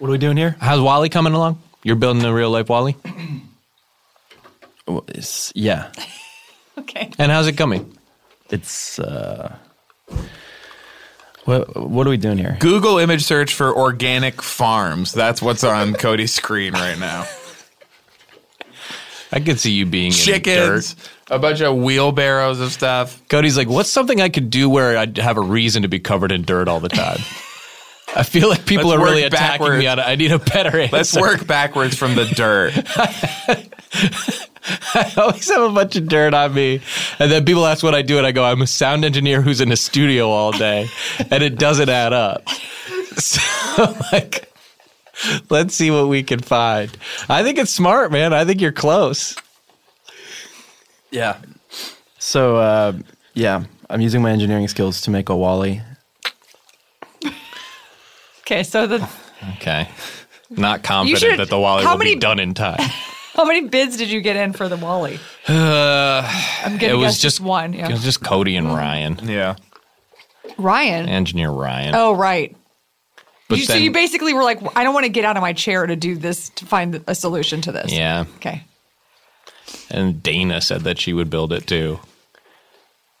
Speaker 2: What are we doing here? How's Wally coming along? You're building a real life Wally,
Speaker 5: Well, it's, yeah,
Speaker 4: Okay.
Speaker 2: and how's it coming?
Speaker 5: it's. uh What What are we doing here?
Speaker 3: Google image search for organic farms. That's what's on Cody's screen
Speaker 2: <laughs>
Speaker 3: right now.
Speaker 2: I could see you being In dirt.
Speaker 3: Chickens, a bunch of wheelbarrows of stuff.
Speaker 2: Cody's like, what's something I could do where I'd have a reason to be covered in dirt all
Speaker 5: <laughs>
Speaker 2: the time? I feel like people
Speaker 3: Let's
Speaker 2: are really
Speaker 3: work
Speaker 2: attacking me
Speaker 3: backwards.
Speaker 2: on it. I need a better answer.
Speaker 3: Let's work backwards from the
Speaker 2: <laughs>
Speaker 3: dirt.
Speaker 2: I <laughs> always have a bunch of dirt on me. And then people ask what I do, and I go, I'm a sound engineer who's in a studio all day, and it doesn't add up. <laughs> So, like, let's see what we can find. I think it's smart, man. I think you're close.
Speaker 3: yeah.
Speaker 5: So, uh, yeah, I'm using my engineering skills to make a Wally.
Speaker 4: Okay. So the
Speaker 2: Okay. Not
Speaker 4: You
Speaker 2: confident
Speaker 4: should-
Speaker 2: that the Wally
Speaker 4: how
Speaker 2: will
Speaker 4: many-
Speaker 2: be done in time.
Speaker 4: <laughs> how many bids did you get in for the Wally? <laughs> I'm gonna
Speaker 2: it was
Speaker 4: guess just one.
Speaker 2: It
Speaker 4: Yeah.
Speaker 2: was just Cody and Ryan,
Speaker 3: Yeah.
Speaker 4: Ryan.
Speaker 2: engineer Ryan.
Speaker 4: Oh, right.
Speaker 2: But
Speaker 4: You, so
Speaker 2: then-
Speaker 4: you basically were like, I don't want to get out of my chair to do this to find a solution to this.
Speaker 2: Yeah.
Speaker 4: Okay.
Speaker 2: And Dana said that she would build it too.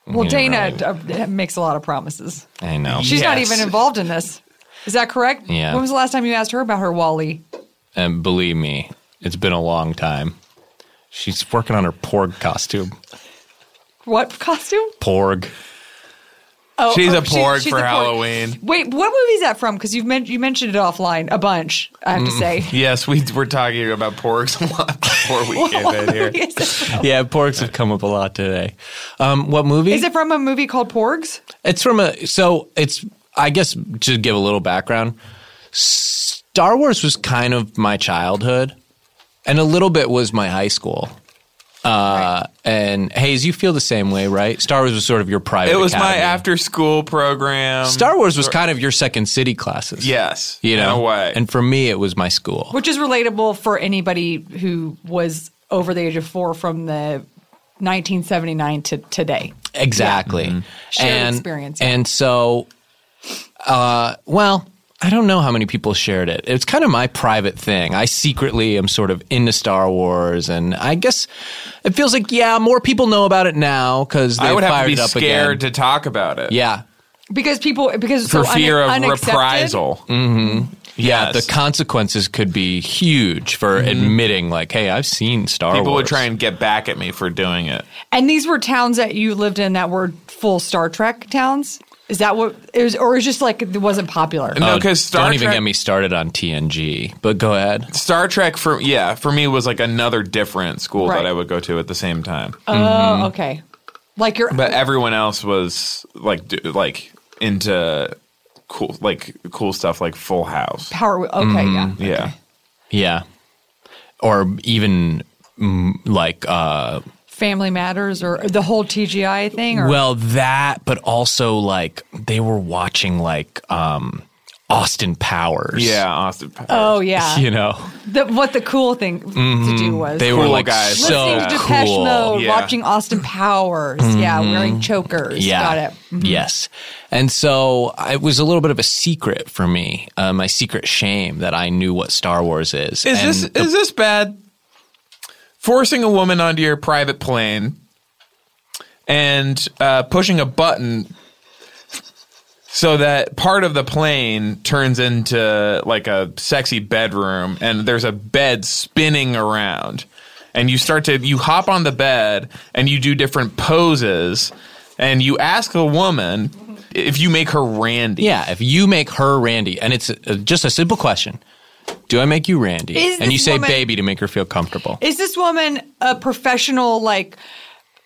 Speaker 4: Well,
Speaker 2: Yeah,
Speaker 4: Dana
Speaker 2: Mm-hmm. right.
Speaker 4: uh, makes a lot of promises.
Speaker 2: I know.
Speaker 4: She's not
Speaker 3: Yes.
Speaker 4: even involved in this. Is that correct?
Speaker 2: Yeah.
Speaker 4: When was the last time you asked her about her Wally?
Speaker 2: And believe me, it's been a long time. She's working on her porg costume.
Speaker 4: What costume?
Speaker 2: Porg.
Speaker 4: Oh,
Speaker 3: She's
Speaker 4: oh,
Speaker 3: a
Speaker 4: she-
Speaker 3: porg
Speaker 4: she's
Speaker 3: for
Speaker 4: a porg.
Speaker 3: Halloween.
Speaker 4: Wait, what movie is that from? Because you've men- you mentioned it offline a bunch. I have to
Speaker 3: Mm. <laughs>
Speaker 4: say. <laughs>
Speaker 3: Yes, we were talking about porgs a lot before we came in here.
Speaker 2: Yeah, porgs have come up a lot today. Um, what movie?
Speaker 4: Is it from a movie called Porgs?
Speaker 2: It's from a so it's I guess to give a little background, Star Wars was kind of my childhood, and a little bit was my high school. Uh, And Hayes, you feel the same way, right? Star Wars was sort of your private.
Speaker 3: It was my
Speaker 2: academy.
Speaker 3: after school program.
Speaker 2: Star Wars was kind of your second city classes.
Speaker 3: Yes.
Speaker 2: you know,
Speaker 3: In a way.
Speaker 2: And for me, it was my school.
Speaker 4: Which is relatable for anybody who was over the age of four from the 1979 to today.
Speaker 2: Exactly.
Speaker 3: Mm-hmm.
Speaker 4: Shared
Speaker 2: and,
Speaker 4: experience, yeah.
Speaker 2: And so, uh, well, I don't know how many people shared it. It's kind of my private thing. I secretly am sort of into Star Wars, and I guess it feels like yeah, more people know about it now because they
Speaker 3: I would
Speaker 2: fired
Speaker 3: have to be
Speaker 2: it up
Speaker 3: scared
Speaker 2: again.
Speaker 3: to talk about it.
Speaker 2: yeah,
Speaker 4: Because people, because it's
Speaker 3: For
Speaker 4: so
Speaker 3: fear
Speaker 4: un-
Speaker 3: of
Speaker 4: unaccepted.
Speaker 3: reprisal.
Speaker 2: yeah.
Speaker 3: Yes. Mm-hmm.
Speaker 2: The consequences could be huge for admitting, like, hey, I've seen Star Wars.
Speaker 3: People would try and get back at me for doing it.
Speaker 4: And these were towns that you lived in that were full Star Trek towns. Is that what it was, or is just like it wasn't popular?
Speaker 3: No,
Speaker 2: Oh,
Speaker 3: 'cause Star
Speaker 2: don't even
Speaker 3: Trek-
Speaker 2: get me started on TNG. But go ahead.
Speaker 3: Star Trek for yeah for me was like another different school
Speaker 4: Right.
Speaker 3: that I would go to at the same time.
Speaker 4: Oh, okay. Like you're
Speaker 3: but everyone else was like d- like into cool like cool stuff like Full House.
Speaker 4: power. Okay, yeah.
Speaker 3: Mm-hmm. Yeah.
Speaker 2: Yeah. Or even mm, like uh
Speaker 4: Family Matters or the whole TGI thing. Or,
Speaker 2: well that but also like they were watching like um Austin Powers.
Speaker 3: Yeah, Austin Powers.
Speaker 4: oh yeah.
Speaker 2: <laughs> You know. Mm-hmm.
Speaker 4: The, what the cool thing to do was
Speaker 2: They were
Speaker 3: Cool
Speaker 2: like
Speaker 3: guys.
Speaker 2: so
Speaker 4: listening to Depeche
Speaker 2: cool. Mm-hmm.
Speaker 4: Mode,
Speaker 3: Yeah.
Speaker 2: <clears throat>
Speaker 4: watching Austin Powers. Yeah, wearing chokers.
Speaker 2: Yeah.
Speaker 4: Got it. Mm-hmm.
Speaker 2: Yes. And so I- it was a little bit of a secret for me, uh, my secret shame that I knew what Star Wars is.
Speaker 3: Is
Speaker 2: And
Speaker 3: this is this bad? Forcing a woman onto your private plane and uh, pushing a button so that part of the plane turns into like a sexy bedroom and there's a bed spinning around and you start to you hop on the bed and you do different poses and you ask a woman if you make her randy
Speaker 2: yeah, if you make her Randy, and it's uh just a simple question Do I make you Randy?
Speaker 4: Is
Speaker 2: and you
Speaker 4: this
Speaker 2: say
Speaker 4: woman-
Speaker 2: baby to make her feel comfortable.
Speaker 4: Is this woman a professional, like,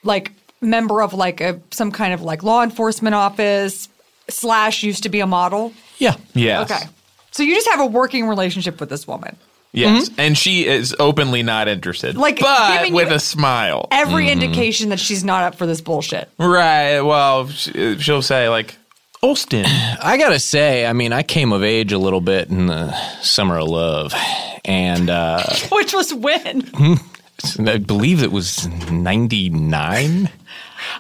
Speaker 4: like member of like a some kind of like law enforcement office slash used to be a model?
Speaker 2: yeah.
Speaker 3: yes
Speaker 4: Okay, so you just have a working relationship with this woman.
Speaker 3: Yes, and she is openly not interested,
Speaker 4: Mm-hmm. Like,
Speaker 3: but
Speaker 4: giving
Speaker 3: with
Speaker 4: you-
Speaker 3: a smile.
Speaker 4: Every
Speaker 2: Mm-hmm.
Speaker 4: indication that she's not up for this bullshit. <laughs>
Speaker 3: right. Well, she- she'll say like Olston.
Speaker 2: I gotta say, I mean, I came of age a little bit in the summer of love, and uh,
Speaker 4: Which was when
Speaker 2: I believe it was '99.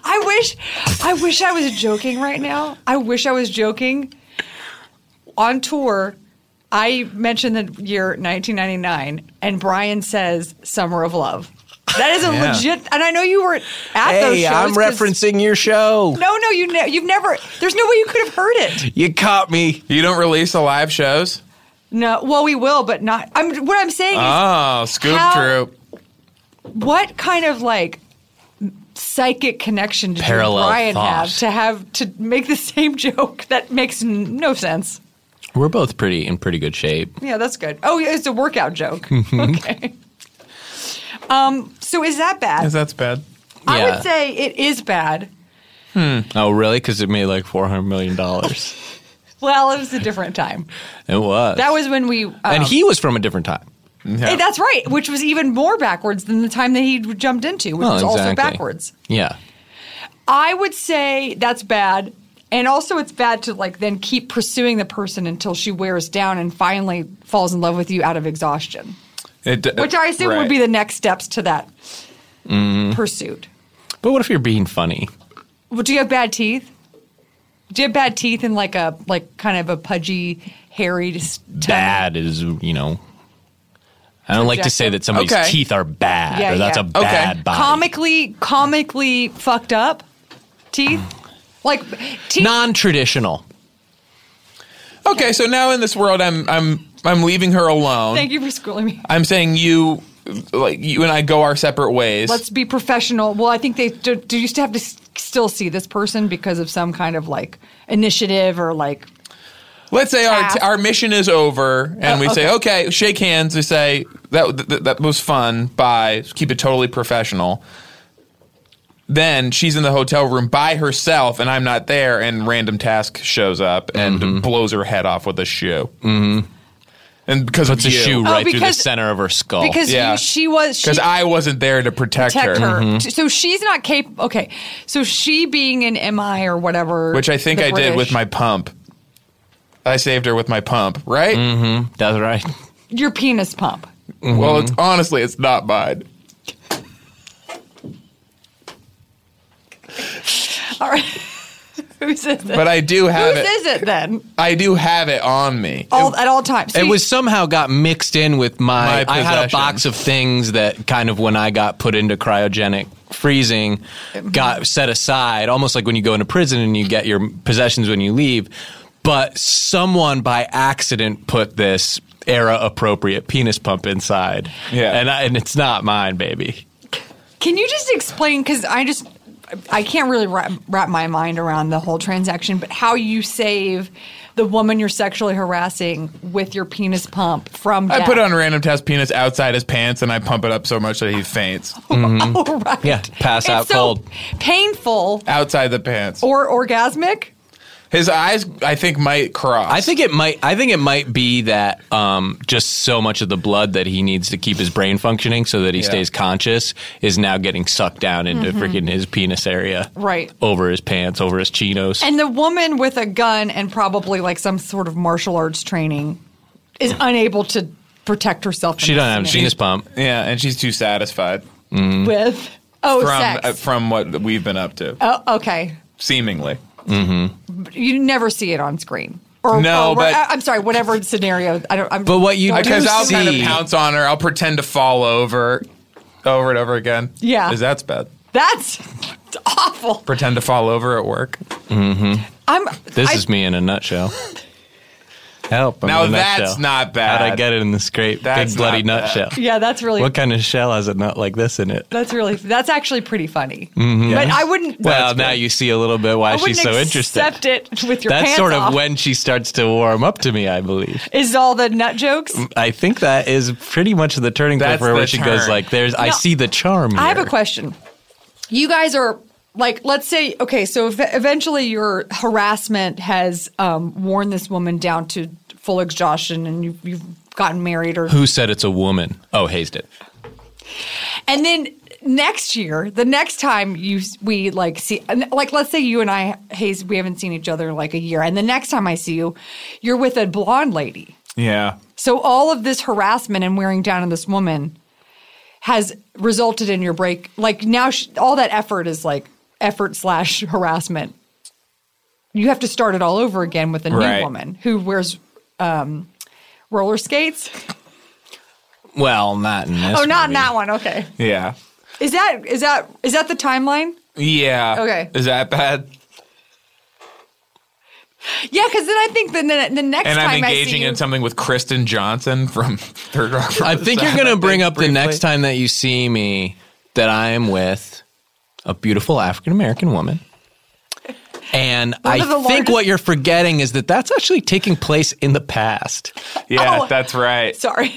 Speaker 4: I wish, I wish I was joking right now. I wish I was joking. On tour, I mentioned the year 1999, and Brian says "Summer of Love." That is a
Speaker 2: Yeah.
Speaker 4: legit, and I know you were at those
Speaker 6: Hey,
Speaker 4: shows.
Speaker 6: I'm
Speaker 4: 'cause-
Speaker 6: referencing your show.
Speaker 4: No, no, you ne- you've never. There's no way you could have heard it.
Speaker 6: You caught me.
Speaker 3: <laughs> You don't release the live shows?
Speaker 4: No, well, we will, but not. I'm. What I'm saying is,
Speaker 3: Oh, scoop
Speaker 4: How-
Speaker 3: troop.
Speaker 4: what kind of like psychic connection did you and
Speaker 2: Parallel
Speaker 4: Brian
Speaker 2: thought.
Speaker 4: have to have to make the same <laughs> joke that makes n- no sense?
Speaker 2: We're both pretty in pretty good shape.
Speaker 4: Yeah, that's good. Oh, yeah, it's a workout joke.
Speaker 2: <laughs>
Speaker 4: <laughs> okay. Um. So is that bad?
Speaker 3: Yes, that's bad.
Speaker 4: I
Speaker 2: Yeah.
Speaker 4: would say it is bad.
Speaker 2: Oh, really? Because it made like four hundred million
Speaker 4: <laughs>
Speaker 2: dollars.
Speaker 4: Well, it was a different time.
Speaker 2: it was.
Speaker 4: That was when we. Um,
Speaker 2: and he was from a different time.
Speaker 4: eh, that's right, which was even more backwards than the time that he jumped into, which
Speaker 2: Oh,
Speaker 4: was also
Speaker 2: exactly.
Speaker 4: backwards.
Speaker 2: Yeah.
Speaker 4: I would say that's bad. And also, it's bad to like then keep pursuing the person until she wears down and finally falls in love with you out of exhaustion,
Speaker 3: It, d-
Speaker 4: which I assume
Speaker 3: right.
Speaker 4: would be the next steps to that
Speaker 2: Mm-hmm.
Speaker 4: pursuit.
Speaker 2: But what if you're being funny?
Speaker 4: Well, do you have bad teeth? Do you have bad teeth and like a like kind of a pudgy, hairy? Just
Speaker 2: Bad is you know. I don't like to say that somebody's
Speaker 3: Okay.
Speaker 2: teeth are bad
Speaker 4: Yeah,
Speaker 2: or that's
Speaker 4: yeah.
Speaker 2: a bad body.
Speaker 4: comically, comically fucked up teeth,
Speaker 3: Mm.
Speaker 4: like
Speaker 2: <laughs>
Speaker 4: teeth.
Speaker 2: Non-traditional.
Speaker 3: Okay, so now in this world, I'm I'm I'm leaving her alone.
Speaker 4: <laughs> Thank you for schooling me.
Speaker 3: I'm saying you, like you and I go our separate ways.
Speaker 4: Let's be professional. Well, I think they do, do you still have to s- still see this person because of some kind of like initiative or like
Speaker 3: Let's say our,
Speaker 4: Task. Oh,
Speaker 3: our mission is over, and we say, okay, shake hands. We say that that, that was fun. Bye. Keep it totally professional. Then she's in the hotel room by herself, and I'm not there. And random task shows up and
Speaker 2: Mm-hmm.
Speaker 3: blows her head off with a shoe. Mm-hmm. And because
Speaker 2: Puts
Speaker 3: of
Speaker 2: a shoe
Speaker 3: you,
Speaker 2: right through the
Speaker 4: because-
Speaker 2: center of her skull.
Speaker 4: because
Speaker 3: Oh, Yeah.
Speaker 4: you, she was Oh, she
Speaker 3: because I wasn't there to protect,
Speaker 4: protect
Speaker 3: her, Mm-hmm.
Speaker 4: her. So she's not capable. Okay, so she being an MI or whatever,
Speaker 3: which I think
Speaker 4: the
Speaker 3: I did with
Speaker 4: British-
Speaker 3: my pump. I saved her with my pump, right?
Speaker 2: Mm-hmm. that's right.
Speaker 4: your penis pump.
Speaker 3: Well, it's
Speaker 2: Mm-hmm.
Speaker 3: honestly, it's not mine.
Speaker 4: All right, <laughs> who says this?
Speaker 3: But I do
Speaker 4: who
Speaker 3: have it.
Speaker 4: says it then?
Speaker 3: I do have it on me.
Speaker 4: All at all times. So
Speaker 2: It
Speaker 4: you-
Speaker 2: was somehow got mixed in with my.
Speaker 3: My
Speaker 2: I had a
Speaker 3: possession.
Speaker 2: box of things that kind of when I got put into cryogenic freezing, got set aside, almost like when you go into prison and you get your possessions when you leave. But someone by accident put this era appropriate penis pump inside.
Speaker 3: Yeah.
Speaker 2: and I, and it's not mine, baby.
Speaker 4: Can you just explain? Because I just I can't really wrap, wrap my mind around the whole transaction, but how you save the woman you're sexually harassing with your penis pump from
Speaker 3: I
Speaker 4: death.
Speaker 3: put
Speaker 4: <laughs>
Speaker 3: on random test penis outside his pants and I pump it up so much that he
Speaker 4: <laughs>
Speaker 3: faints
Speaker 4: oh, right.
Speaker 2: Mm-hmm. Yeah, pass
Speaker 4: It's
Speaker 2: out
Speaker 4: so
Speaker 2: cold.
Speaker 4: painful
Speaker 3: outside the pants.
Speaker 4: or orgasmic.
Speaker 3: His eyes, I think, might cross.
Speaker 2: I think it might. I think it might be that um, just so much of the blood that he needs to keep his brain functioning, so that he
Speaker 3: Yeah.
Speaker 2: stays conscious, is now getting sucked down into freaking his penis area,
Speaker 4: Mm-hmm. Right.
Speaker 2: over his pants, over his chinos.
Speaker 4: And the woman with a gun and probably like some sort of martial arts training is unable to protect herself. in
Speaker 2: she
Speaker 4: this
Speaker 2: doesn't have a
Speaker 4: scenario.
Speaker 2: penis pump.
Speaker 3: yeah, and she's too satisfied
Speaker 2: Mm.
Speaker 4: with. Oh,
Speaker 3: from
Speaker 4: sex.
Speaker 3: uh, from what we've been up to,
Speaker 4: oh, okay.
Speaker 3: seemingly.
Speaker 4: You never see it on screen. Or,
Speaker 3: No,
Speaker 4: or-
Speaker 3: but-
Speaker 4: I- I'm sorry. Whatever scenario, I don't. I'm,
Speaker 2: But what you
Speaker 4: don't
Speaker 2: do
Speaker 3: Because I'll
Speaker 2: see-
Speaker 3: kind of pounce on her. I'll pretend to fall over, over and over again.
Speaker 4: Yeah.
Speaker 3: because that's bad.
Speaker 4: that's awful.
Speaker 3: Pretend to fall over at work.
Speaker 4: I'm.
Speaker 2: This
Speaker 4: I-
Speaker 2: is me in a nutshell. <laughs> Help! I'm
Speaker 3: Now
Speaker 2: in a
Speaker 3: that's
Speaker 2: nutshell.
Speaker 3: not bad.
Speaker 2: How'd I get it in this great
Speaker 3: That's
Speaker 2: big bloody
Speaker 3: not bad.
Speaker 2: nutshell?
Speaker 4: Yeah, that's really.
Speaker 2: What kind of shell has a nut like this in it?
Speaker 4: that's really. That's actually pretty funny. But I wouldn't.
Speaker 2: Mm-hmm. Well, now you see a little bit why
Speaker 4: I wouldn't
Speaker 2: she's so interested.
Speaker 4: accept it with your
Speaker 2: That's
Speaker 4: pants
Speaker 2: sort of
Speaker 4: off.
Speaker 2: when she starts to warm up to me, I believe.
Speaker 4: is all the nut jokes.
Speaker 2: I think that is pretty much the turning point
Speaker 3: That's
Speaker 2: for her
Speaker 3: the
Speaker 2: where she goes
Speaker 3: turn.
Speaker 2: like, "There's, I
Speaker 4: No.
Speaker 2: see the charm."
Speaker 4: I have a
Speaker 2: here."
Speaker 4: question. You guys are like, let's say, okay, so if eventually your harassment has um, worn this woman down to full exhaustion, and you, you've gotten married, or
Speaker 2: Who said it's a woman? Oh, hazed it.
Speaker 4: and then next year, the next time you we like see, like let's say you and I, Hayes, we haven't seen each other in like a year, and the next time I see you, you're with a blonde lady.
Speaker 3: Yeah,
Speaker 4: So all of this harassment and wearing down on this woman has resulted in your break. Like now, sh all that effort is like effort slash <laughs> harassment. You have to start it all over again with a
Speaker 3: Right.
Speaker 4: new woman who wears um, roller skates.
Speaker 2: Well, not in this.
Speaker 4: oh, not in
Speaker 2: movie.
Speaker 4: that one. Okay,
Speaker 3: yeah,
Speaker 4: is that is that is that the timeline?
Speaker 3: yeah.
Speaker 4: Okay.
Speaker 3: is that bad?
Speaker 4: Yeah, because then I think then the, the next
Speaker 3: And
Speaker 4: time
Speaker 3: I'm
Speaker 4: I see
Speaker 3: engaging
Speaker 4: you,
Speaker 3: in something with Kristen Johnson from <laughs> Third Rock. from
Speaker 2: I
Speaker 3: the
Speaker 2: think you're
Speaker 3: Sun,
Speaker 2: gonna
Speaker 3: I think,
Speaker 2: bring up the
Speaker 3: briefly.
Speaker 2: next time that you see me that I am with a beautiful African American woman. And I
Speaker 4: of the
Speaker 2: think
Speaker 4: largest-
Speaker 2: what you're forgetting is that that's actually taking place in the past.
Speaker 3: Yeah,
Speaker 4: Oh.
Speaker 3: that's right.
Speaker 4: <laughs> sorry.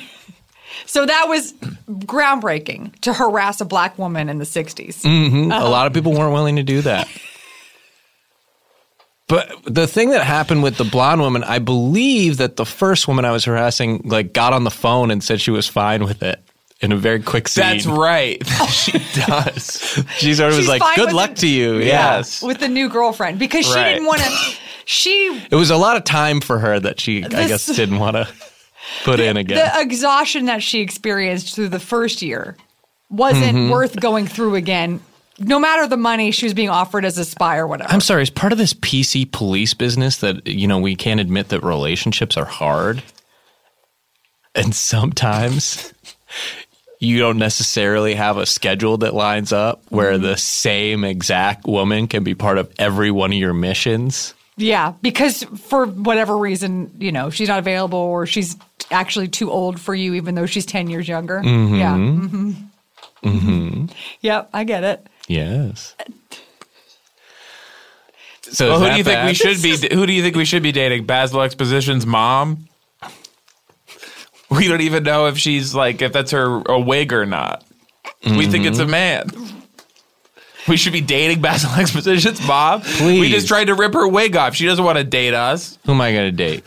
Speaker 4: So that was groundbreaking to harass a black woman in the 60s.
Speaker 2: A lot of people weren't willing to do that. But the thing that happened with the blonde woman, I believe that the first woman I was harassing like got on the phone and said she was fine with it in a very quick scene. <laughs>
Speaker 3: That's <laughs> right. she does.
Speaker 2: She sort of was
Speaker 4: She's
Speaker 2: like,
Speaker 4: fine
Speaker 2: "Good
Speaker 4: with
Speaker 2: luck
Speaker 4: it."
Speaker 2: to you." Yeah.
Speaker 3: Yes.
Speaker 4: with the new girlfriend because she
Speaker 3: Right.
Speaker 4: didn't want to. She
Speaker 2: It was a lot of time for her that she, I
Speaker 4: This-
Speaker 2: guess, didn't want
Speaker 4: <laughs>
Speaker 2: to put in again.
Speaker 4: the exhaustion that she experienced through the first year wasn't worth going through again. No matter the money she was being offered as a spy or whatever.
Speaker 2: I'm sorry, is part of this PC police business that, you know, we can't admit that relationships are hard. And sometimes <laughs> you don't necessarily have a schedule that lines up where
Speaker 3: Mm-hmm.
Speaker 2: the same exact woman can be part of every one of your missions.
Speaker 4: yeah, because for whatever reason, you know, she's not available or she's actually too old for you, even though she's ten years younger. Yeah. Mm-hmm. Mm-hmm. Yep, I get it.
Speaker 2: Yes. So
Speaker 3: Well,
Speaker 2: is
Speaker 3: who
Speaker 2: that
Speaker 3: do you think we
Speaker 2: bad?
Speaker 3: should be? Who do you think we should be dating? Basil Exposition's mom. We don't even know if she's like if that's her a wig or not. We think it's a man. We should be dating Basil <laughs> Exposition's mom. We
Speaker 2: Please.
Speaker 3: just tried to rip her wig off. She doesn't want to date us.
Speaker 2: Who am I going to date?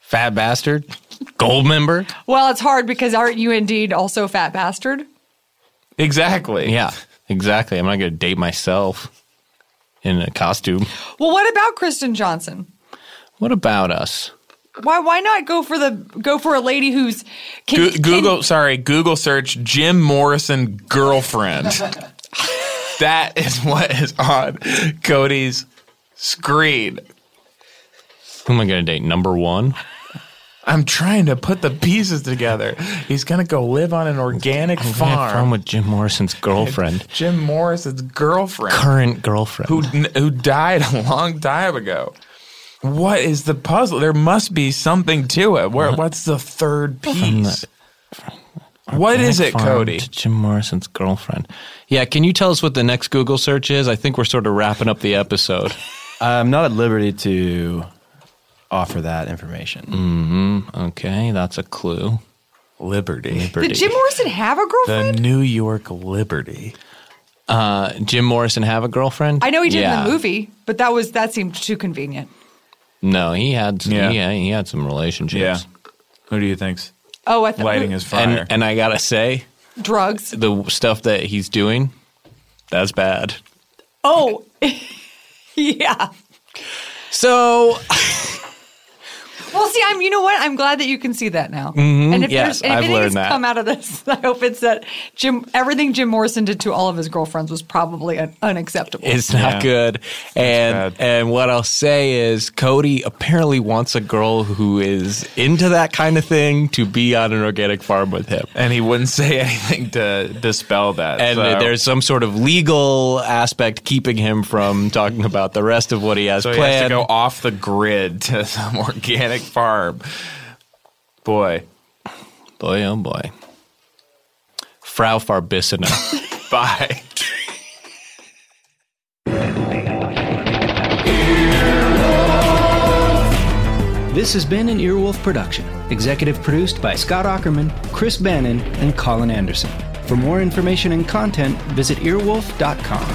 Speaker 2: Fat bastard? Gold member?
Speaker 4: Well, it's hard because aren't you indeed also a fat bastard?
Speaker 3: Exactly.
Speaker 2: Yeah, exactly. I'm not going to date myself in a costume.
Speaker 4: Well, what about Kristen Johnson?
Speaker 2: What about us?
Speaker 4: Why why not go for the go for a lady who's can, <laughs>
Speaker 3: Go-
Speaker 4: can-
Speaker 3: Google, sorry, Google search Jim Morrison girlfriend. that is what is on Cody's screen.
Speaker 2: Who am I going to date? Number one?
Speaker 3: I'm trying to put the pieces together. He's gonna go live on an organic
Speaker 2: I'm gonna have fun
Speaker 3: farm.
Speaker 2: with Jim Morrison's girlfriend,
Speaker 3: Jim Morris's girlfriend,
Speaker 2: current girlfriend.
Speaker 3: who who died a long time ago. What is the puzzle? There must be something to it. Where, what's the third piece? What is
Speaker 2: Panic
Speaker 3: it,
Speaker 2: Farm
Speaker 3: Cody?
Speaker 2: to Jim Morrison's girlfriend. Yeah, can you tell us what the next Google search is? I think we're sort of wrapping up the episode.
Speaker 5: I'm not at liberty to offer that information.
Speaker 2: Okay, that's a clue.
Speaker 3: Liberty.
Speaker 4: Did Jim Morrison have a
Speaker 3: The
Speaker 4: girlfriend?
Speaker 3: New York Liberty.
Speaker 2: Uh, Jim Morrison have a girlfriend?
Speaker 4: I know he did in
Speaker 2: Yeah.
Speaker 4: the movie, but that was that seemed too convenient.
Speaker 2: No, he had
Speaker 3: Yeah.
Speaker 2: yeah. he, had, he had some relationships.
Speaker 3: Who do you think's
Speaker 4: Oh, I thought
Speaker 3: lighting his fire?
Speaker 2: And and I gotta say, <laughs>
Speaker 4: drugs.
Speaker 2: the stuff that he's doing, that's bad.
Speaker 4: Oh, <laughs> yeah.
Speaker 2: So
Speaker 4: Well, see, I'm. You know what? I'm glad that you can see that now. and if
Speaker 2: Mm-hmm. yes,
Speaker 4: there's and if
Speaker 2: I've
Speaker 4: anything
Speaker 2: learned
Speaker 4: has
Speaker 2: that.
Speaker 4: come out of this, <laughs> I hope it's that Jim. Everything Jim Morrison did to all of his girlfriends was probably un- unacceptable.
Speaker 2: it's not
Speaker 3: Yeah.
Speaker 2: good. And
Speaker 3: bad.
Speaker 2: and what I'll say is Cody apparently wants a girl who is into that kind of thing to be on an organic farm with him.
Speaker 3: And he wouldn't say <laughs> anything to dispel that.
Speaker 2: And
Speaker 3: so-
Speaker 2: there's some sort of legal aspect keeping him from talking about the rest of what he has
Speaker 3: so he
Speaker 2: planned.
Speaker 3: has to go off the grid to <laughs> some organic farm. Boy,
Speaker 2: Boy, oh boy. Frau Farbissina.
Speaker 3: <laughs> bye.
Speaker 7: This has been an Earwolf production, executive produced by Scott Ackerman, Chris Bannon, and Colin Anderson. For more information and content, visit earwolf.com.